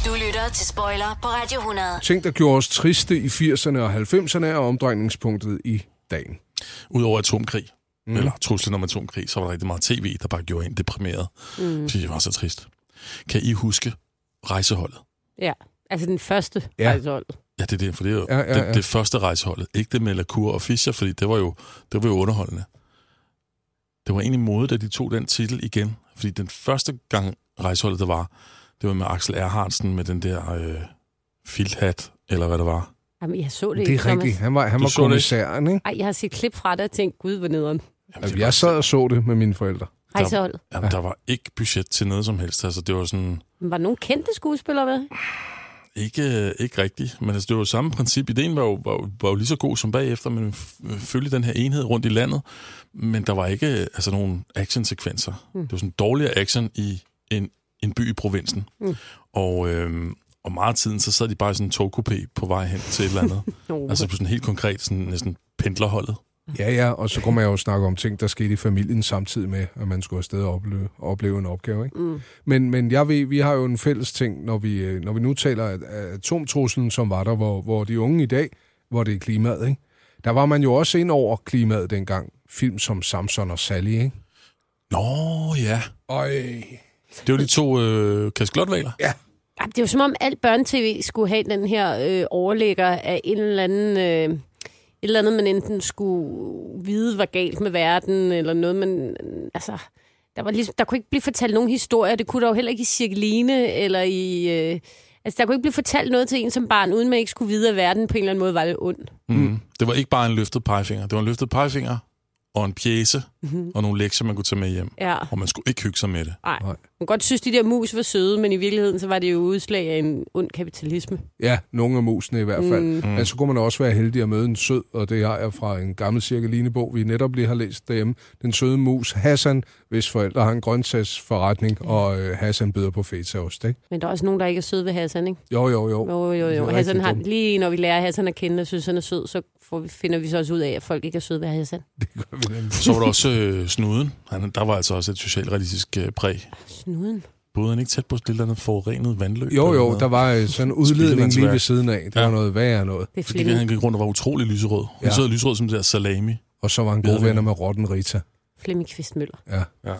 Du lytter til Spoiler på Radio 100.
Ting, der gjorde os triste i 80'erne og 90'erne, er omdrejningspunktet i dagen.
Udover atomkrig, mm. eller truslen om atomkrig, så var der rigtig meget tv, der bare gjorde en deprimeret. Mm.
Mm.
Fordi det var så trist. Kan I huske rejseholdet?
Ja, altså den første
Ja.
ja. rejsehold.
Ja, det er det, for det er jo
Ja,
ja,
ja,
ja,
ja.
Det, det første rejseholdet. Ikke det med Lacour og Fischer, fordi det var jo, det var jo underholdende. Det var egentlig modet, at de tog den titel igen. Fordi den første gang rejseholdet, der var, det var med Axel Erhardsen med den der øh, filthat, eller hvad det var.
Jamen, jeg så det,
Det
ikke,
er rigtigt. Han var, han
Du
var
så det ikke?
kommissæren, ikke?
Ej, jeg har set klip fra det og tænkt, gud, hvor nederen.
Altså, jeg sad og så det med mine forældre.
Rejseholdet.
Jamen, der var ikke budget til noget som helst. Altså, det var sådan...
Men var nogen kendte skuespillere med?
Ikke, ikke rigtigt, men altså, det var jo samme princip. Ideen var jo, var, jo- var jo lige så god som bagefter, men f- følge den her enhed rundt i landet. Men der var ikke altså, nogen actionsekvenser. Mm. Det var sådan dårligere action i en, en by i provinsen. Mm. Og, øh, og meget af tiden, så sad de bare i sådan en togkupé på vej hen til et eller andet.
Jo.
altså på sådan helt konkret, sådan næsten pendlerholdet.
Ja, ja, og så kunne man jo snakke om ting, der skete i familien samtidig med, at man skulle afsted og opleve, opleve en opgave. Ikke?
Mm.
Men, men jeg ved, vi har jo en fælles ting, når vi, øh, når vi nu taler af af atomtruslen, som var der, hvor, hvor de unge i dag, hvor det er klimaet. Ikke? Der var man jo også ind over klimaet dengang. Film som Samson og Sally. Ikke?
Nå ja.
Øj.
Det var de to øh, kaskelotvaler.
Ja.
Ej, Det er jo som om, alt børnetv skulle have den her øh, overlægger af en eller anden... Øh, et eller andet, man enten skulle vide var galt med verden, eller noget, men øh, altså... Der, var ligesom, der kunne ikke blive fortalt nogen historier. Det kunne der jo heller ikke i Cirkeline, eller i... Øh, altså, der kunne ikke blive fortalt noget til en som barn, uden man ikke skulle vide, at verden på en eller anden måde var ond.
Mm. Det var ikke bare en løftet pegefinger. Det var en løftet pegefinger og en pjæse mm-hmm. og nogle lektier, man kunne tage med hjem.
Ja.
Og man skulle ikke hygge sig med det.
Nej. Man kan godt synes, de der mus var søde, men i virkeligheden, så var det jo udslag af en ond kapitalisme.
Ja, nogle af musene i hvert fald.
Mm.
Mm. Men så kunne man også være heldig at møde en sød, og det har jeg fra en gammel cirkelinebog, vi netop lige har læst derhjemme. Den søde mus Hassan, hvis forældre har en
Mm.
grøntsagsforretning, og øh, Hassan byder på fetaost, ikke?
Men der er også nogen, der ikke er søde ved Hassan, ikke?
Jo, jo, jo.
Jo, jo,
Det er
jo.
rigtig
Hassan har,
dumt.
lige når vi lærer Hassan at kende og synes, han er sød, så får vi, finder vi så også ud af, at folk ikke er søde ved Hassan.
Så var der også øh, snuden. Han, der var altså også et socialrealistisk øh, præg.
Snuden?
Både han ikke tæt på et eller andet forurenet
Jo,
vandløb? eller
jo,
noget?
der var øh, sådan en udledning lige ved
Spildevandsværk.
siden af. Det ja. var noget værre noget.
Det
Fordi han gik rundt og var utrolig lyserød. Hun
Ja.
ja. sidder lyserød som det der salami.
Og så var han gode venner med Rotten Rita.
Flemming Kvistmøller.
Ja.
ja.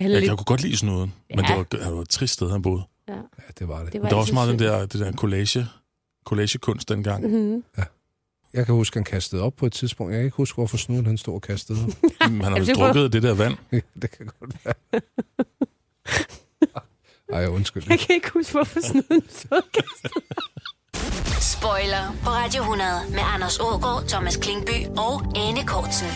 Han er
Jeg,
lidt-
jeg kunne godt lide snuden, ja. men
Ja.
det var, det var et trist sted, han boede.
Ja. ja,
det var
Det
det
var
var der var
altid
også meget den der, det der collage, collagekunst dengang.
Mhm.
Jeg kan huske, han kastede op på et tidspunkt. Jeg kan ikke huske, hvorfor snuden han stod og kastede op.
Men han har vist drukket af det der vand.
det kan godt være. Ej, undskyld.
Jeg kan ikke huske, hvorfor snuden så kastet.
Spoiler på Radio 100 med Anders Ågaard, Thomas Klingby og Anne Kortsen.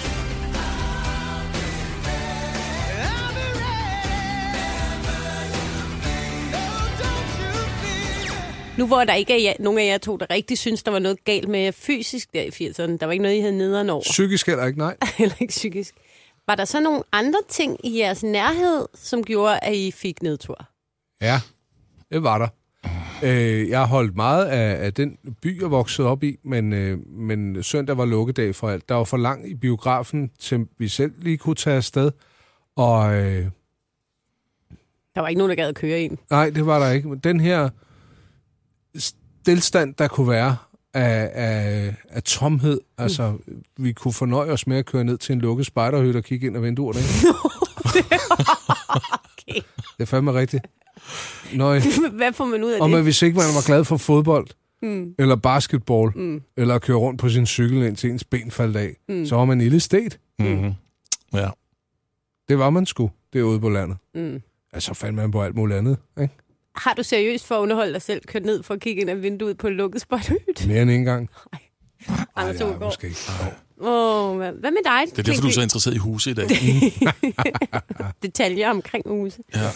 Nu hvor der ikke er jer, nogen af jer to, der rigtig synes, der var noget galt med jer fysisk der i 80'erne, der var ikke noget, I havde nederen over.
Psykisk heller ikke, nej.
Heller ikke psykisk. Var der så nogle andre ting i jeres nærhed, som gjorde, at I fik nedtur?
Ja, det var der. Øh, jeg har holdt meget af, af den by, jeg voksede op i, men, øh, men søndag var lukkedag for alt. Der var for langt i biografen, til vi selv lige kunne tage afsted. Og øh,
Der var ikke nogen, der gad at køre en.
nej, det var der ikke. Men den her stillstand, der kunne være af, af, af tomhed, altså vi kunne fornøje os med at køre ned til en lukket spejderhytte og kigge ind ad vinduerne. Ikke? Det er fandme rigtigt. Nøj.
Hvad får man ud af
Og
det?
men hvis ikke man var glad for fodbold,
Mm.
eller basketball,
Mm.
mm. eller at køre rundt på sin cykel, indtil ens ben faldt af,
Mm.
mm. så var man ille sted.
Mm-hmm. Ja.
Det var man sgu, derude på landet.
Mm.
Altså fandt man på alt muligt andet, ikke?
Har du seriøst for at underholde dig selv kørt ned for at kigge ind ad vinduet på et lukket spothyt?
Mere end en gang.
Anders
det har jeg
Ågaard.
måske ikke. Ej.
Åh, mand. hvad med dig?
Det er derfor, du er så interesseret i huse i dag.
Detaljer omkring huse.
ja.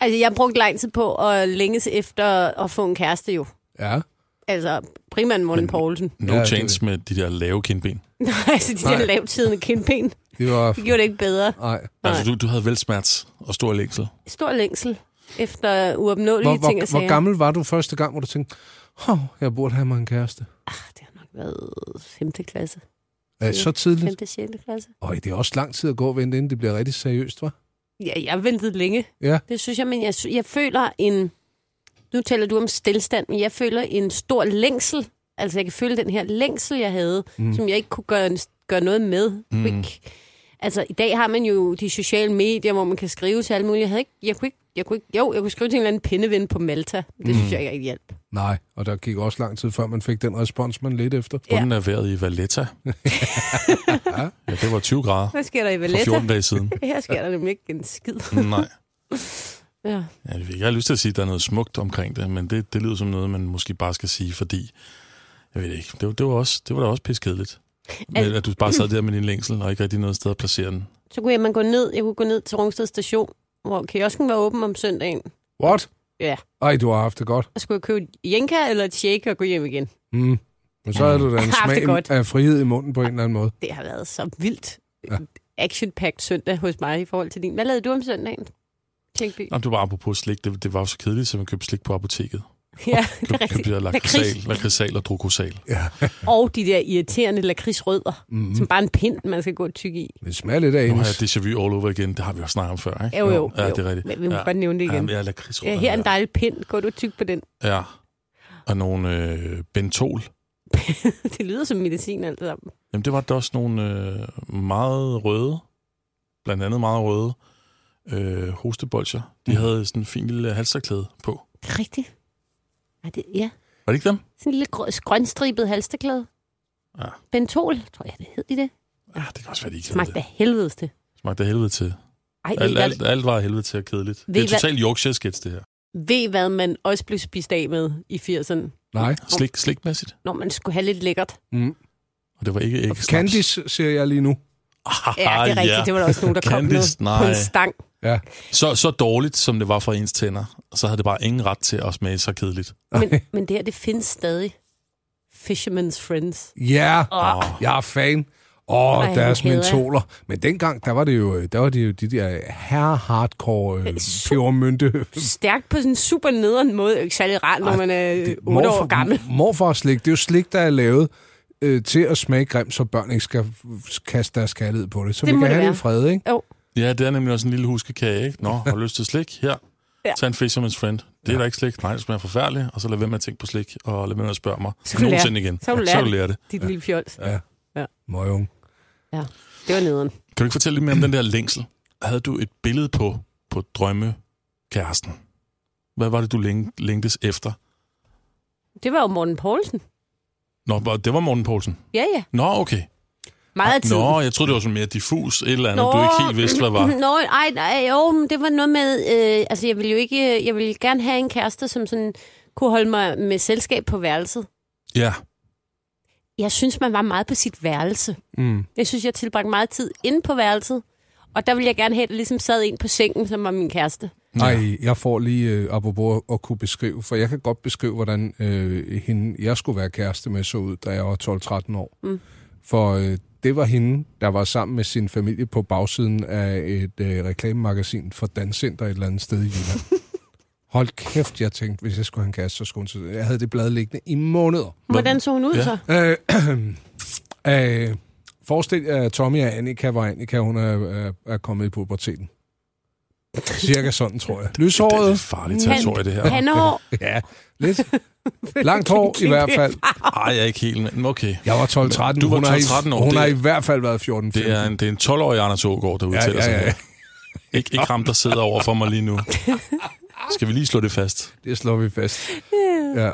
Altså, jeg brugte lang tid på at længes efter at få en kæreste jo.
Ja.
Altså, primært Morten Poulsen.
No
Ja,
ja,
det-
chance med de der lave kindben.
Nej, altså, de der
Nej.
lavtidende kindben.
Det var...
Det gjorde det ikke bedre.
Nej.
Altså, du, du havde velsmerts og stor længsel.
Stor længsel efter uopnåelige
Hvor,
ting og
hvor,
sager.
hvor gammel var du første gang, hvor du tænkte, hov, jeg burde have mig en kæreste?
Hvad? 5. klasse.
Er det så tidligt?
5. 6. klasse.
Øj, det er også lang tid at gå og vente, inden det bliver rigtig seriøst, hva'?
Ja, jeg ventede længe.
Ja.
Det synes jeg, men jeg, sy- jeg føler en... Nu taler du om stillstand, men jeg føler en stor længsel. Altså, jeg kan føle den her længsel, jeg havde, mm.
Mm.
som jeg ikke kunne gøre, en- gøre noget med. Mm. Ikke? Altså, i dag har man jo de sociale medier, hvor man kan skrive til alt muligt. Jeg, havde ikke, jeg kunne ikke... Jeg kunne ikke, jo, jeg kunne skrive til en eller anden pindeven på Malta. Det mm.
Mm.
synes jeg ikke rigtig hjalp.
Nej, og der gik også lang tid, før man fik den respons, man ledte efter.
Ja.
Bunden er vejret i Valletta. ja, det var 20 grader.
Hvad sker der i Valletta?
For 14 dage siden.
Her sker der nemlig ikke en skid.
Nej.
ja.
Ja, Jeg jeg har lyst til at sige, at der er noget smukt omkring det, men det, det lyder som noget, man måske bare skal sige, fordi, jeg ved det ikke, det, var- det var, også, det var da også piskedeligt. Men
Al-
at du bare sad der med din længsel, og ikke rigtig noget sted at placere den.
Så kunne jeg, man gå ned, jeg kunne gå ned til Rungsted station, hvor kiosken var åben om søndagen.
What?
Ja,
Ej, du har haft det godt.
og skulle jeg købe et jenka eller et shake og gå hjem igen.
Mm. Men så havde du da en
Haft det
smag
godt.
af frihed i munden på en eller anden måde.
Det har været så vildt
Ja.
action-packed søndag hos mig i forhold til din. Hvad lavede du om søndagen? Klinkby.
Jamen, det var apropos slik. Det, det var jo så kedeligt, at man købte slik på apoteket.
Ja, det er
Køb, købte
rigtigt.
jeg lakridsal, lakridsal og drukosal. Ja.
Og de der irriterende lakridsrødder, mm. som bare er en pind, man skal gå tyk i.
Men smag lidt af
Nu har
hendes.
jeg déjà vu all over igen. Det har vi også snakket om før, ikke?
Jo, jo,
Ja, det
jo.
er rigtigt.
Men vi må
ja.
godt nævne det igen.
Ja, men jeg er lakridsrød.
Ja, her er en dejlig pind. Går du tyk på den?
Ja. Og nogle øh, bentol.
det lyder som medicin alt sammen.
Jamen, det var der også nogle øh, meget røde, blandt andet meget røde, øh, hostebolcher. De havde sådan en fin lille halsterklæde på.
Det er rigtigt. Ja, det, ja.
Var det ikke dem?
Sådan en lille grø- grønstribet halsterklæde.
Ja.
Bentol, tror jeg, det hed de det.
Ja, det kan også være, de ikke
Smagte af helvedes det.
Smagte af helvede til.
Ej, ved I
alt,
hvad-
alt, alt var af helvede til og kedeligt.
Ved
Det
I
er
hvad-
totalt Yorkshire sketch, det her.
Ved I, hvad man også blev spist af med i 80'erne?
Nej.
Slik, slikmæssigt.
Når man skulle have lidt lækkert.
Mm.
Og det var ikke Ah, æg.
Candice ser jeg lige nu.
Ja, det er rigtigt. Det var der også nogen, der kom med
Candice,
på
nej.
en stang.
Ja.
Så, så dårligt, som det var for ens tænder, så havde det bare ingen ret til at smage så kedeligt.
Men, men det her, det findes stadig. Fisherman's Friends.
Ja,
Åh.
jeg er fan. Åh,
Ej,
oh, deres
hvor hader jeg.
mentoler. Men dengang, der var det jo, øh, der var det jo de der herre-hardcore øh, pebermynte.
Stærkt på sådan en super nederen måde. Det er jo ikke særlig rart, når man er 8 Øh, år gammel.
Morfarslik, det er jo slik, der er lavet øh, til at smage grimt, så børn ikke skal f- kaste deres kærlighed på det. Så
Det
vi
må
kan have
det
det i
være.
fred, ikke?
Jo.
Ja, det er nemlig også en lille huskekage, ikke? Nå, har du lyst til slik? Her.
Ja.
Ja. Tag en Fisherman's Friend. Det er da ikke slik. Nej, det smager forfærdeligt. Og så lad være med at tænke på slik, og lad være med at spørge mig.
Så kan du
Nogensinde
lære-
igen.
Så kan du lære,
så du lærer det.
Dit lille fjols.
Ja.
Ja.
Møgung.
ja. Det var nederen.
Kan du ikke fortælle lidt mere om den der længsel? Havde du et billede på, på drømmekæresten? Hvad var det, du læng- længtes efter?
Det var jo Morten Poulsen.
Nå, var- det var Morten Poulsen.
Ja, ja.
Nå, okay.
Meget af tiden.
Nå, jeg troede, det var sådan mere diffus, et eller andet. Nå. Du ikke helt vidste, hvad var.
Nå, ej, nej, jo, men det var noget med, øh, altså jeg ville jo ikke, jeg ville gerne have en kæreste, som sådan kunne holde mig med selskab på værelset.
Ja.
Jeg synes, man var meget på sit værelse.
Mm.
Jeg synes, jeg tilbragte meget tid inde på værelset, og der ville jeg gerne have, at der ligesom sad en på sengen, som var min kæreste.
Nej, jeg får lige øh, apropos at kunne beskrive, for jeg kan godt beskrive, hvordan øh, hende, jeg skulle være kæreste med, så ud, da jeg var 12-13 år.
Mm.
For øh, det var hende, der var sammen med sin familie på bagsiden af et øh, reklamemagasin for Danscenter et eller andet sted i Jylland. Hold kæft, jeg tænkte, hvis jeg skulle have en kæreste, så skulle hun til det. Jeg havde det blad liggende i måneder.
Hvordan så hun ud
Ja.
så?
Øh, øh, forestil jer, at Tommy og Annika var Annika, hun er, er, er kommet i puberteten. Cirka sådan, tror jeg. Lyshåret. Det er lidt
farligt territorie, det her.
Pandehår.
Ja, lidt. Langt hår i hvert fald.
Ej, jeg er ikke helt, men okay.
Jeg var 12-13.
Du var
Hun har i-
12-13 år.
Hun
Det
har
er-
i hvert fald været 14
Det er en, det er en 12-årig Anders Ågaard, der udtaler
ja,
sig
ja.
her. Ikke, ikke ham, der sidder over for mig lige nu. Skal vi lige slå det fast?
Det slår vi fast. Ja.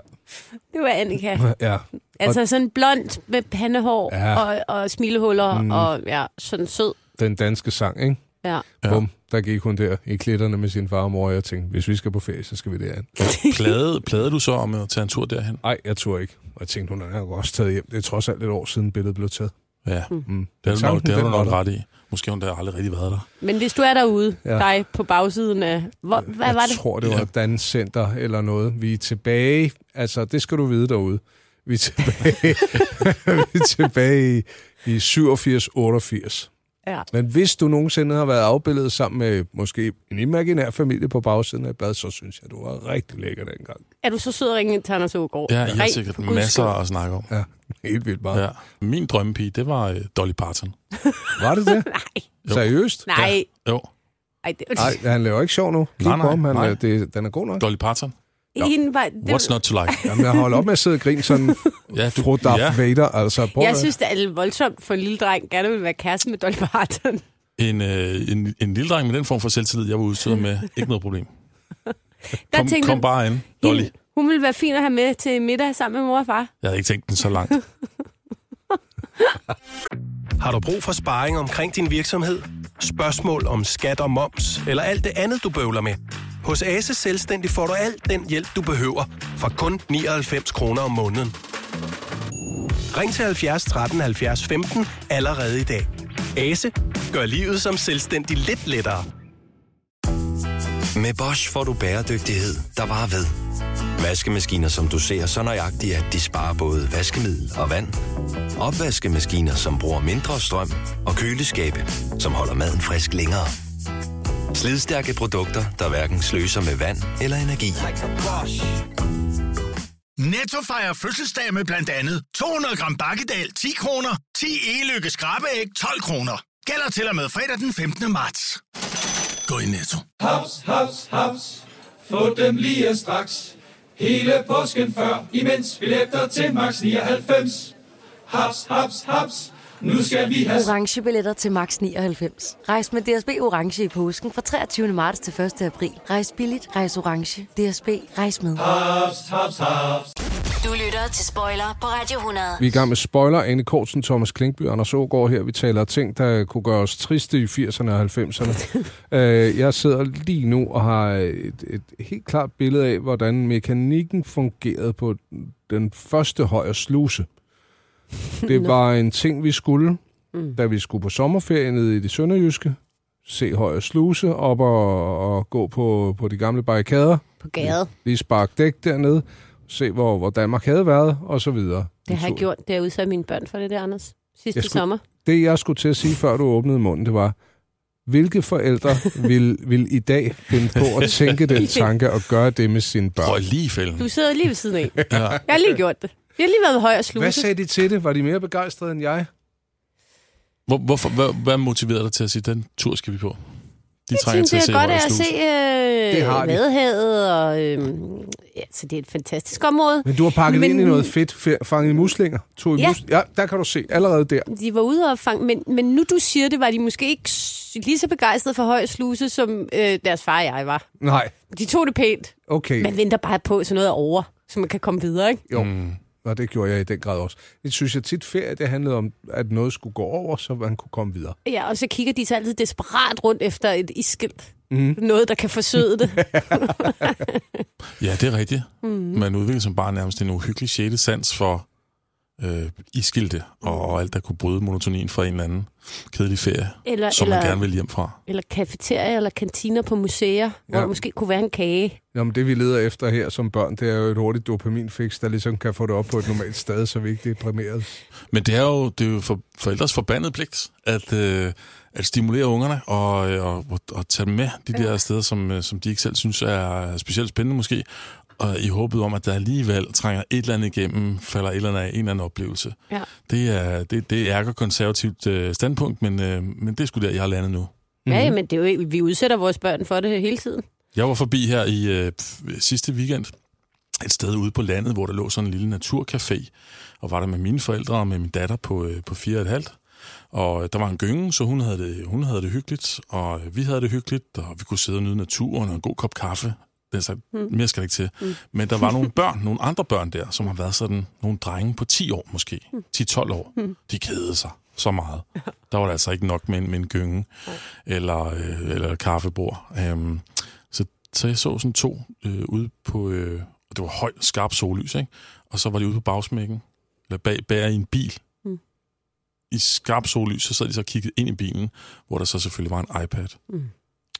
Det var Annika.
ja.
Altså sådan blond med pandehår
Ja.
og, og smilehuller
Mm.
mm. og ja, sådan sød.
Den danske sang, ikke?
Ja.
Ja. Bum, der gik hun der i klitterne med sin far og mor, og jeg tænkte, hvis vi skal på ferie, så skal vi derhen.
Plade, plade du så om at tage en tur derhen?
Nej, jeg tror ikke. Og jeg tænkte, hun er nok også taget hjem. Det er trods alt et år siden billedet blev taget.
Ja,
mm.
det har du nok,
Tanken,
det har du
den
nok
var
ret i. Måske har hun der aldrig rigtig været der.
Men hvis du er derude,
Ja.
ja. dig på bagsiden af... Hvor, hvad
jeg
var det?
tror, det var et dansecenter eller noget. Vi er tilbage. Altså, det skal du vide derude. Vi er tilbage, vi er tilbage i, i 87-88.
Ja.
Men hvis du nogensinde har været afbildet sammen med måske en imaginær familie på bagsiden af et blad, så synes jeg, du var rigtig lækker dengang.
Er du så sød at ringe til Anders Ågaard?
Ja, jeg har
Ring,
sikkert
for Guds
masser
skyld.
at snakke om.
Ja, helt vildt meget.
Ja. Min drømmepige, det var øh, Dolly Parton.
Var det det?
Nej.
Seriøst?
Nej.
Jo.
Ej, det,
Nej, han laver ikke sjov nu. Kig
Nej, nej,
på ham, han,
nej.
er- Det, den er god nok.
Dolly Parton.
Hende var, det,
What's not to like?
Jamen, jeg holder op med at sidde og grine sådan
ja,
du, fru Darth
ja.
Vader. Altså, prøv
jeg
at-
synes, det er lidt voldsomt for en lille dreng gerne vil være kæreste med Dolly Parton.
En, øh, en, en lille dreng med den form for selvtillid, jeg var udstyret med. Ikke noget problem.
Der
Kom,
tænkte
kom
jeg,
bare ind, Dolly.
Hun ville være fin at have med til middag sammen med mor og far.
Jeg havde ikke tænkt den så langt.
Har du brug for sparring omkring din virksomhed? Spørgsmål om skat og moms, eller alt det andet, du bøvler med? Hos Ase Selvstændig får du alt den hjælp, du behøver, for kun 99 kroner om måneden. Ring til 70 13 70 15 allerede i dag. Ase gør livet som selvstændig lidt lettere.
Med Bosch får du bæredygtighed, der varer ved. Vaskemaskiner, som du ser så nøjagtigt, at de sparer både vaskemiddel og vand. Opvaskemaskiner, som bruger mindre strøm. Og køleskabe, som holder maden frisk længere. Slidstærke produkter, der hverken sløser med vand eller energi.
Netto fejrer fødselsdag med blandt andet 200 gram bakkedal 10 kroner, 10 e-lykke skrabeæg 12 kroner. Gælder til og med fredag den 15. marts.
Gå i Netto.
Haps, haps, haps. Få dem lige straks. Hele påsken før, imens vi læfter til max 99. Haps, haps, haps. Nu skal vi have...
orange billetter til max 99. Rejs med DSB orange i påsken fra 23. marts til 1. april. Rejs billigt, rejs orange. DSB rejs med.
Haps, haps, haps.
Du lytter til Spoiler på Radio 100.
Vi er i gang med spoiler. Anne Kortsen, Thomas Klinkby og Anders Ågaard her. Vi taler om ting, der kunne gøre os triste i 80'erne og 90'erne. øh, jeg sidder lige nu og har et, et helt klart billede af, hvordan mekanikken fungerede på den første højre sluse. Det
Nå.
var en ting, vi skulle,
Mm.
mm. da vi skulle på sommerferie nede i det sønderjyske. Se højre sluse op og, og gå på, på de gamle barrikader.
På gade.
Lige sparke dæk dernede. Se, hvor, hvor Danmark havde været, og så videre.
Det har jeg gjort. Det har jeg udsat mine børn for det der, Anders. Sidste
Jeg skulle-
sommer.
Det, jeg skulle til at sige, før du åbnede munden, det var, hvilke forældre vil, vil i dag finde på at tænke den tanke og gøre det med sine børn? Prøv
lige fælden.
Du sidder lige ved siden af.
Ja.
Jeg har lige gjort det. Jeg har lige været ved høj og sluse.
Hvad sagde de til det? Var de mere begejstrede end jeg?
Hvor, hvorfor, hvad, hvad motiverede dig til at sige, den tur skal vi på? De
Jeg tænkte, det er godt
Høje
af at
Sluse.
se øh,
Det har de.
Vadehavet, og øh, ja, så det er et fantastisk område.
Men du har pakket
Men
men... ind i noget fedt, fe- fanget i muslinger. Tog i
Ja.
ja. Mus- ja, der kan du se allerede der.
De var ude og fange, men, men nu du siger det, var de måske ikke s- lige så begejstrede for høj sluse, som øh, deres far og jeg var.
Nej,
De tog det pænt.
okay.
Man venter bare på, at sådan noget er over, så man kan komme videre, ikke?
Jo, mm. og det gjorde jeg i den grad også. Jeg synes, at tit ferie, det handlede om, at noget skulle gå over, så man kunne komme videre.
Ja, og så kigger de så altid desperat rundt efter et iskilt.
Mm.
Noget, der kan forsøde det.
Ja, det er rigtigt.
Mhm.
Mm. Man udvikler som bare nærmest en uhyggelig sjette sans for øh, iskilte og, og alt, der kunne bryde monotonien fra en eller anden kedelig ferie,
Eller-
som man
eller-
gerne vil hjem fra.
eller kafeterier eller kantiner på museer, hvor
Ja.
der måske kunne være en kage.
Jamen, det vi leder efter her som børn, det er jo et hurtigt dopaminfix, der ligesom kan få det op på et normalt sted, så vi ikke er deprimeret.
Men det er jo, det er jo for, forældres forbandede pligt at, øh, at stimulere ungerne og, øh, og, og, og tage dem med de der steder, som, øh, som de ikke selv synes er specielt spændende måske, og i håbet om, at der alligevel trænger et eller andet igennem, falder et eller andet af en eller anden oplevelse.
Ja.
Det er det, det er et konservativt øh, standpunkt, men, øh, men det er sgu der, jeg har landet nu.
Mm-hmm.
Mhm.
Ja, men det er jo, vi udsætter vores børn for det hele tiden.
Jeg var forbi her i øh, pf- sidste weekend et sted ude på landet, hvor der lå sådan en lille naturcafé, og var der med mine forældre og med min datter på, øh, på fire og et halvt. Og øh, der var en gynge, så hun havde, det, hun havde det hyggeligt, og øh, vi havde det hyggeligt, og vi kunne sidde og nyde naturen og en god kop kaffe. Den slags,
Mm.
mm. Mere skal det ikke til.
Mm.
Mm. Men der var nogle børn, nogle andre børn der, som har været sådan nogle drenge på 10 år måske, 10-12 år.
Mm.
De kedede sig så meget. Der var der altså ikke nok med en, med en gynge eller, øh, eller et kaffebord. Øhm, så, så jeg så sådan to øh, ude på... Øh, og det var højt, skarpt sollys, ikke? Og så var de ude på bagsmækken, eller bag, bag i en bil.
Mm.
Mm. I skarpt sollys, så sad de så og kiggede ind i bilen, hvor der så selvfølgelig var en iPad.
Mm.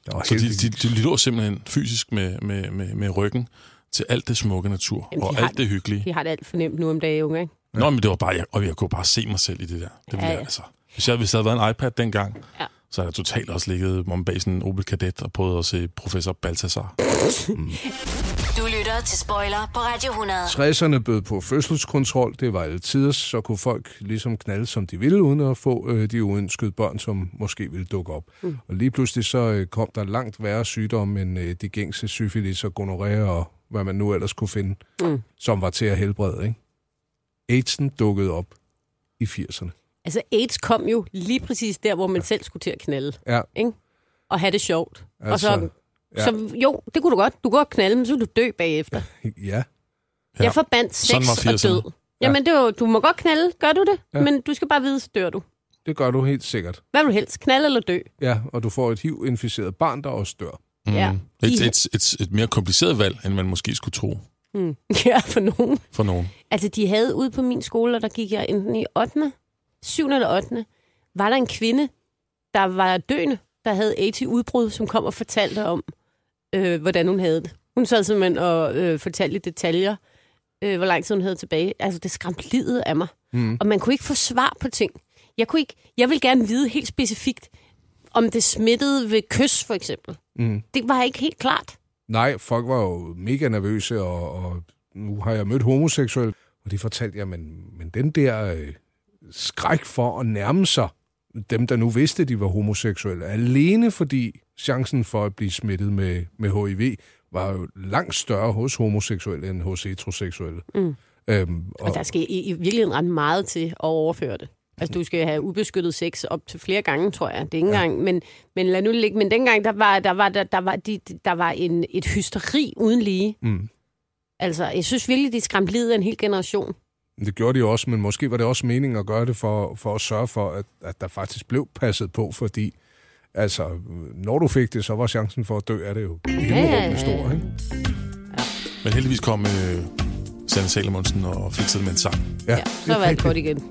Så de, de, de lå simpelthen fysisk med, med, med, med ryggen til alt det smukke natur
Jamen,
Jamen, og
de har
alt det hyggelige.
De har det alt for nemt nu om dagen, unge, ikke?
Ja. Nå, men det var bare, jeg, og jeg kunne bare se mig selv i det der. Det ville ja,
Ja, ja.
ja. Jeg, altså. Hvis, jeg, hvis der havde været en iPad dengang,
ja.
så havde jeg totalt også ligget om bag sådan en Opel Kadett og prøvet at se professor Baltasar.
Du lytter til Spoiler på Radio 100.
60'erne bød på fødselskontrol, det var alle tiders, så kunne folk ligesom knalde, som de ville, uden at få øh, de uønskede børn, som måske ville dukke op.
Mm.
Mm. Og lige pludselig så øh, kom der langt værre sygdomme end øh, de gængse syfilis og gonorrhea og hvad man nu ellers kunne finde,
Mm.
mm. som var til at helbrede. Ikke? AIDS'en dukkede op i 80'erne.
Altså, AIDS kom jo lige præcis der, hvor man ja. selv skulle til at knalde.
Ja.
Ikke? Og have det sjovt. Altså, og så,
Altså,
ja.
ja.
så, jo, det kunne du godt. Du kunne godt knalde, men så ville du dø bagefter.
Ja.
Ja. Jeg forbandt sex
Sådan var
og
80'erne.
død. Jamen, det var, du må godt knalde, gør du det? Ja.
Ja.
Men du skal bare vide, så dør du.
Det gør du helt sikkert.
Hvad vil du helst? Knalde eller dø?
Ja, og du får et HIV-inficeret barn, der også dør.
Mm.
Ja.
Et, et, et, et mere kompliceret valg, end man måske skulle tro
Mm. Ja, for nogen.
for nogen.
Altså, de havde ude på min skole, og der gik jeg enten i 8., 7. eller 8., var der en kvinde, der var døende, der havde AIDS i udbrud, som kom og fortalte om, øh, hvordan hun havde det. Hun sad simpelthen og øh, fortalte i detaljer, øh, hvor lang tid hun havde tilbage. Altså, det skræmte livet af mig.
Mm.
Og man kunne ikke få svar på ting. Jeg, kunne ikke, jeg ville gerne vide helt specifikt, om det smittede ved kys, for eksempel.
Mm.
Det var ikke helt klart.
Nej, folk var jo mega nervøse, og, og nu har jeg mødt homoseksuel, og de fortalte, jamen, men den der øh, skræk for at nærme sig dem, der nu vidste, de var homoseksuelle, alene fordi chancen for at blive smittet med, med HIV var jo langt større hos homoseksuelle end hos heteroseksuelle.
Mm.
Øhm,
Og, og der skal i, i virkeligheden ret meget til at overføre det. Altså, du skal have ubeskyttet sex op til flere gange, tror jeg. Det er ikke ja. engang, men, men lad nu ligge. Men dengang, der var, der var, der, der var, de, der var en, et hysteri uden lige.
Mm.
Altså, jeg synes virkelig, de skræmte livet af en hel generation.
Det gjorde de også, men måske var det også meningen at gøre det for, for at sørge for, at, at der faktisk blev passet på, fordi altså, når du fik det, så var chancen for at dø af det jo himmelråbende stor, ikke?
Men heldigvis kom øh, Sanne Salomonsen og fikset med en sang.
Ja,
Så var alt godt igen.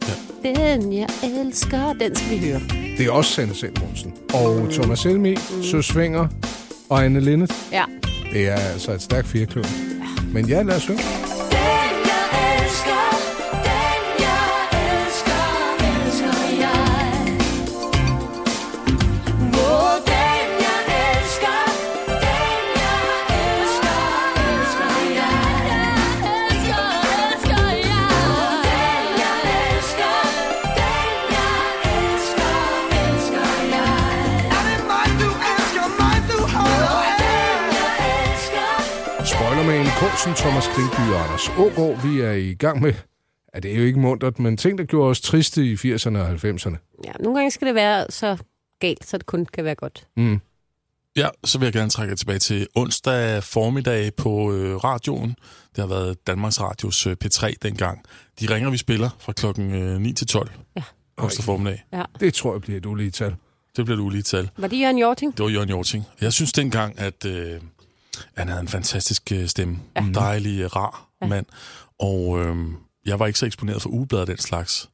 Ja. Den, jeg elsker, den skal vi høre.
Det er også Sanne Salomonsen. Og Thomas Helmi, mm. Søs Svinger og Anne Linnet.
Ja.
Det er altså et stærkt firkløv. Men ja, lad os høre. Spoiler med en kursen, Thomas Klingby og Anders Ågaard. Vi er i gang med, ja, det er jo ikke muntert, men ting, der gjorde os triste i 80'erne og 90'erne.
Ja, nogle gange skal det være så galt, så det kun kan være godt.
Mm.
Ja, så vil jeg gerne trække jer tilbage til onsdag formiddag på øh, radioen. Det har været Danmarks Radios øh, P3 dengang. De ringer, vi spiller fra klokken øh, 9 til 12.
Ja.
Onsdag formiddag.
Ja.
Det tror jeg bliver et ulige tal.
Det bliver et ulige tal.
Var det Jørgen Jorting?
Det var Jørgen Jorting. Jeg synes dengang, at øh, han havde en fantastisk øh, stemme. Ja. Dejlig, øh, rar ja. mand. Og øh, jeg var ikke så eksponeret for ugeblad og den slags.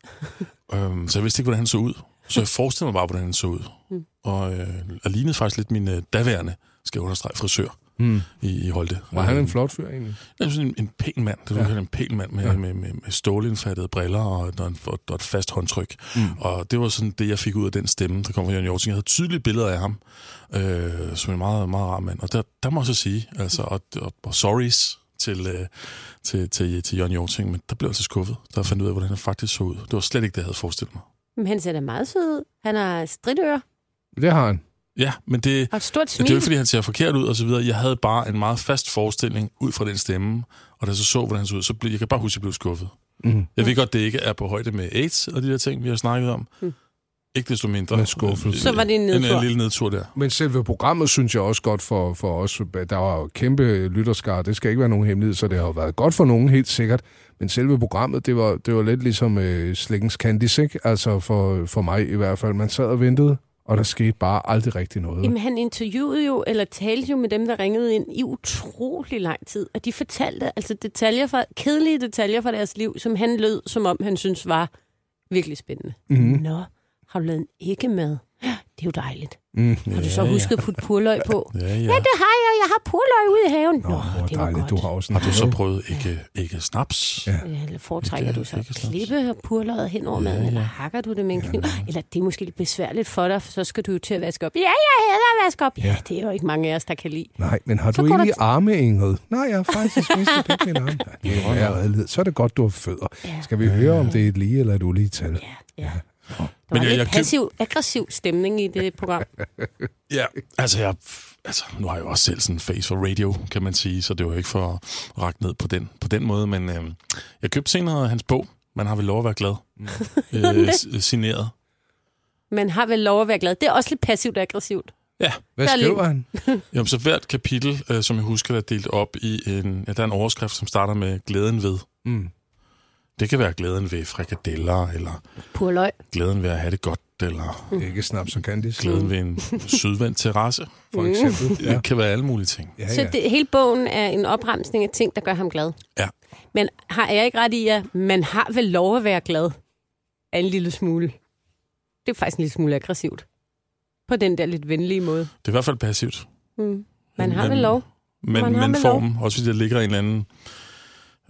øhm, så jeg vidste ikke, hvordan han så ud. Så jeg forestillede mig bare, hvordan han så ud.
Mm.
Og, øh, og lignede faktisk lidt min øh, daværende, skal jeg understrege, frisør
Mm.
i, i Holte.
Var han en flot fyr egentlig?
Jeg synes, en, en pæn mand. Det
Ja.
var ja. en pæn mand med,
Ja.
ja. med, med, med stålindfattede briller og, et- og, en, og, et fast håndtryk.
Mm.
Og det var sådan det, jeg fik ud af den stemme, der kom fra Jørgen Jorting. Jeg havde tydelige billeder af ham, øh, som en meget, meget rar mand. Og der, der må jeg så sige, altså, og, og, og sorries til, øh, til, til, til Jørgen Jorting, men der blev jeg altså skuffet, der fandt jeg ud af, hvordan han faktisk så ud. Det var slet ikke det, jeg havde forestillet mig.
Men han ser da meget sød ud. Han har stridører
Det har han.
Ja, men det,
og et stort
Ja,
smil.
det er jo ikke, fordi han ser forkert ud og så videre. Jeg havde bare en meget fast forestilling ud fra den stemme, og da jeg så så, hvordan han så ud, så blev, jeg kan bare huske, at jeg blev skuffet.
Mm.
Jeg ved godt, det ikke er på højde med AIDS og de der ting, vi har snakket om.
Mm.
Ikke desto mindre.
Men skuffelse.
Så var det en
En,
nedtur.
en lille nedtur der.
Men selve programmet synes jeg også godt for, for os. Der var jo kæmpe lytterskare, det skal ikke være nogen hemmelighed, så det har jo været godt for nogen helt sikkert. Men selve programmet, det var, det var lidt ligesom øh, Slikkens Candice, ikke? Altså for, for mig i hvert fald. Man sad og ventede, og der skete bare aldrig rigtig noget.
Jamen, han interviewede jo, eller talte jo med dem, der ringede ind i utrolig lang tid, og de fortalte altså detaljer fra, kedelige detaljer fra deres liv, som han lød, som om han synes var virkelig spændende.
Mhm.
Nå, har du lavet en æggemad? Ja, Det er jo dejligt.
Mm.
Har du så husket at putte purløg på?
Ja, ja.
ja det har jeg. Jeg har purløg ude i haven. Nå,
det var dejligt, godt. du har også
Har du så prøvet ikke, ikke snaps?
Ja.
Eller foretrækker
Det er
du så
ikke
at klippe purløget hen over
Ja,
maden, eller
ja.
hakker du det med en kniv? Eller det er måske lidt besværligt for dig, for så skal du jo til at vaske op. Ja, jeg hader at vaske op. Ja, det er jo ikke mange af os, der kan lide.
Nej, men har
Så
du
går der
egentlig
t-
arme, Ingrid? Nej, jeg har faktisk mistet begge mine arme. Nej, det er jo ærgerlighed. Så er det godt, du har fødder. Skal vi høre, om det er et lige eller et ulige tal? Ja.
Der var
Men jeg-
lidt
jeg
jeg,
køb-
passiv, aggressiv stemning i det program.
Ja, altså, jeg, altså nu har jeg jo også selv sådan en face for radio, kan man sige, så det var jo ikke for at række ned på den, på den måde, men øh, jeg købte senere hans bog, Man har vel lov at være glad, øh, s- signeret.
Man har vel lov at være glad. Det er også lidt passivt aggressivt.
Ja.
Hvad Der er skriver lidt-
han?
Jamen, så hvert kapitel, øh, som jeg husker, der er delt op i en... Ja, der er en overskrift, som starter med glæden ved.
Mm.
Det kan være glæden ved frikadeller, eller
Purløg.
glæden ved at have det godt, eller
Det er ikke snaps og candice.
glæden ved en
Mm.
sydvendt terrasse.
For eksempel,
Det
ja.
kan være alle mulige ting.
Ja,
Så det, hele bogen er en opremsning af ting, der gør ham glad.
Ja.
Men har jeg ikke ret i, at man har vel lov at være glad? Er en lille smule. Det er faktisk en lille smule aggressivt. På den der lidt venlige måde.
Det er i hvert fald passivt.
Mm. Man har vel
Men-
lov.
Men,
Man har
men
vel
formen, også fordi der ligger en eller anden...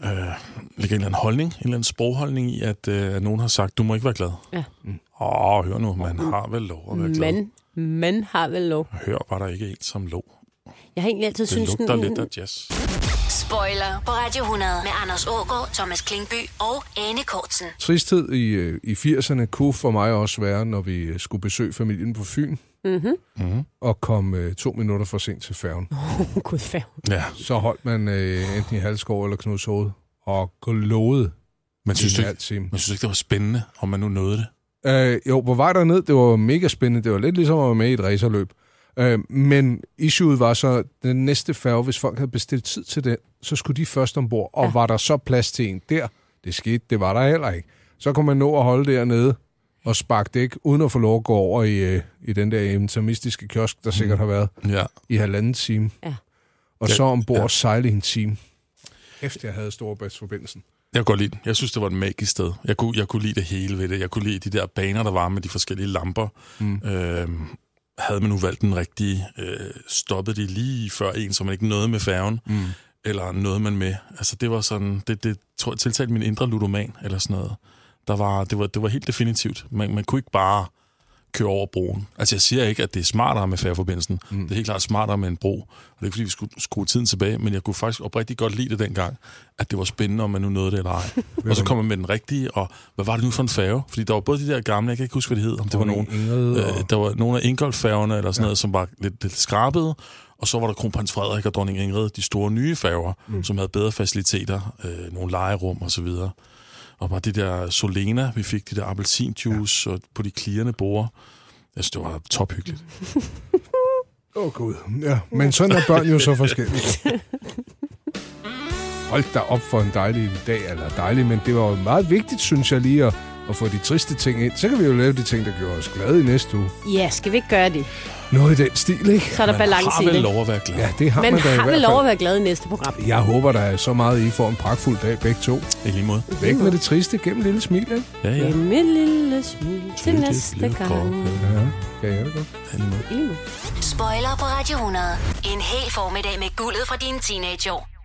Øh, ligger en eller anden holdning, en eller anden sprogholdning i, at, øh, at nogen har sagt, du må ikke være glad.
Ja. Mm.
Åh, hør nu, man har vel lov at være glad.
Man, Man har vel lov.
Hør, var der ikke en, som lå.
Jeg Mm. har egentlig altid
Det
syntes,
lugter lidt af jazz.
Spoiler på Radio 100 med Anders Ågaard, Thomas Klingby og Anne Kortsen.
Tristhed i, øh, i 80'erne kunne for mig også være, når vi øh, skulle besøge familien på Fyn
Mm-hmm.
mm. og kom øh, to minutter for sent til færgen.
Oh, gud færgen.
Ja.
Så holdt man øh, enten i halskår eller Knuds hoved og glåede.
Man synes,
i
du
en halv
ikke, man synes ikke, det var spændende, om man nu nåede det.
Øh, jo, på vej derned, det var mega spændende. Det var lidt ligesom at være med i et racerløb. Øh, men issueet var så, den næste færge, hvis folk havde bestilt tid til den, så skulle de først ombord. Og ja. var der så plads til en der? Det skete, det var der heller ikke. Så kunne man nå at holde dernede og sparke dæk, uden at få lov at gå over i, øh, i den der intermistiske kiosk, der sikkert har været
Ja.
i halvanden time.
Ja.
Og
Ja,
så ombord
ja.
ja. sejle i en time. Efter jeg havde Storebæltsforbindelsen.
Jeg kan godt lide den. Jeg synes, det var et magisk sted. Jeg kunne, jeg kunne lide det hele ved det. Jeg kunne lide de der baner, der var med de forskellige lamper. Mm. Øhm, havde man nu valgt den rigtige, øh, stoppede de lige før en, så man ikke nåede med færgen, mm. eller nåede man med. Altså, det var sådan, det, det tror jeg tiltalte min indre ludoman, eller sådan noget. Der var, det, var, det var helt definitivt. Man, man kunne ikke bare køre over broen. Altså, jeg siger ikke, at det er smartere med færgeforbindelsen. Mm. Det er helt klart smartere med en bro. Og det er ikke, fordi vi skulle skrue tiden tilbage, men jeg kunne faktisk oprigtigt godt lide det dengang, at det var spændende, om man nu nåede det eller ej. og så kom man med den rigtige, og hvad var det nu for en færge? Fordi der var både de der gamle, jeg kan ikke huske, hvad de hed, om det var nogen,
Ingrid og-
øh, der var nogle af Ingolf-færgerne eller sådan ja. noget, som var lidt, lidt skrabede, og så var der kronprins Frederik og dronning Ingrid, de store nye færger, mm. som havde bedre faciliteter, øh, nogle legerum og så videre. Og bare det der Solena, vi fik de der appelsinjuice ja. og på de klirrende borde. Jeg synes, Altså, det var tophyggeligt.
Åh oh, gud, ja. Men sådan er børn jo så forskellige. Hold da op for en dejlig dag, eller dejlig, men det var jo meget vigtigt, synes jeg lige, at, at få de triste ting ind. Så kan vi jo lave de ting, der gjorde os glade i næste uge.
Ja, skal vi ikke gøre det?
Noget i den stil, ikke?
Så er der Man balance har i vel det. lov
at være glad.
Ja, det har
man
man da
har
i
vel
hvert
lov at
fald.
være glad i næste program.
Jeg håber, der er så meget, I får en pragtfuld dag begge to.
I lige måde.
Væk med det triste gennem lille smil, ikke?
Ja,
Med mit er lille smil til næste gang.
Ja, kan jeg det godt.
Spoiler på Radio 100. En hel formiddag med guldet fra dine teenageår.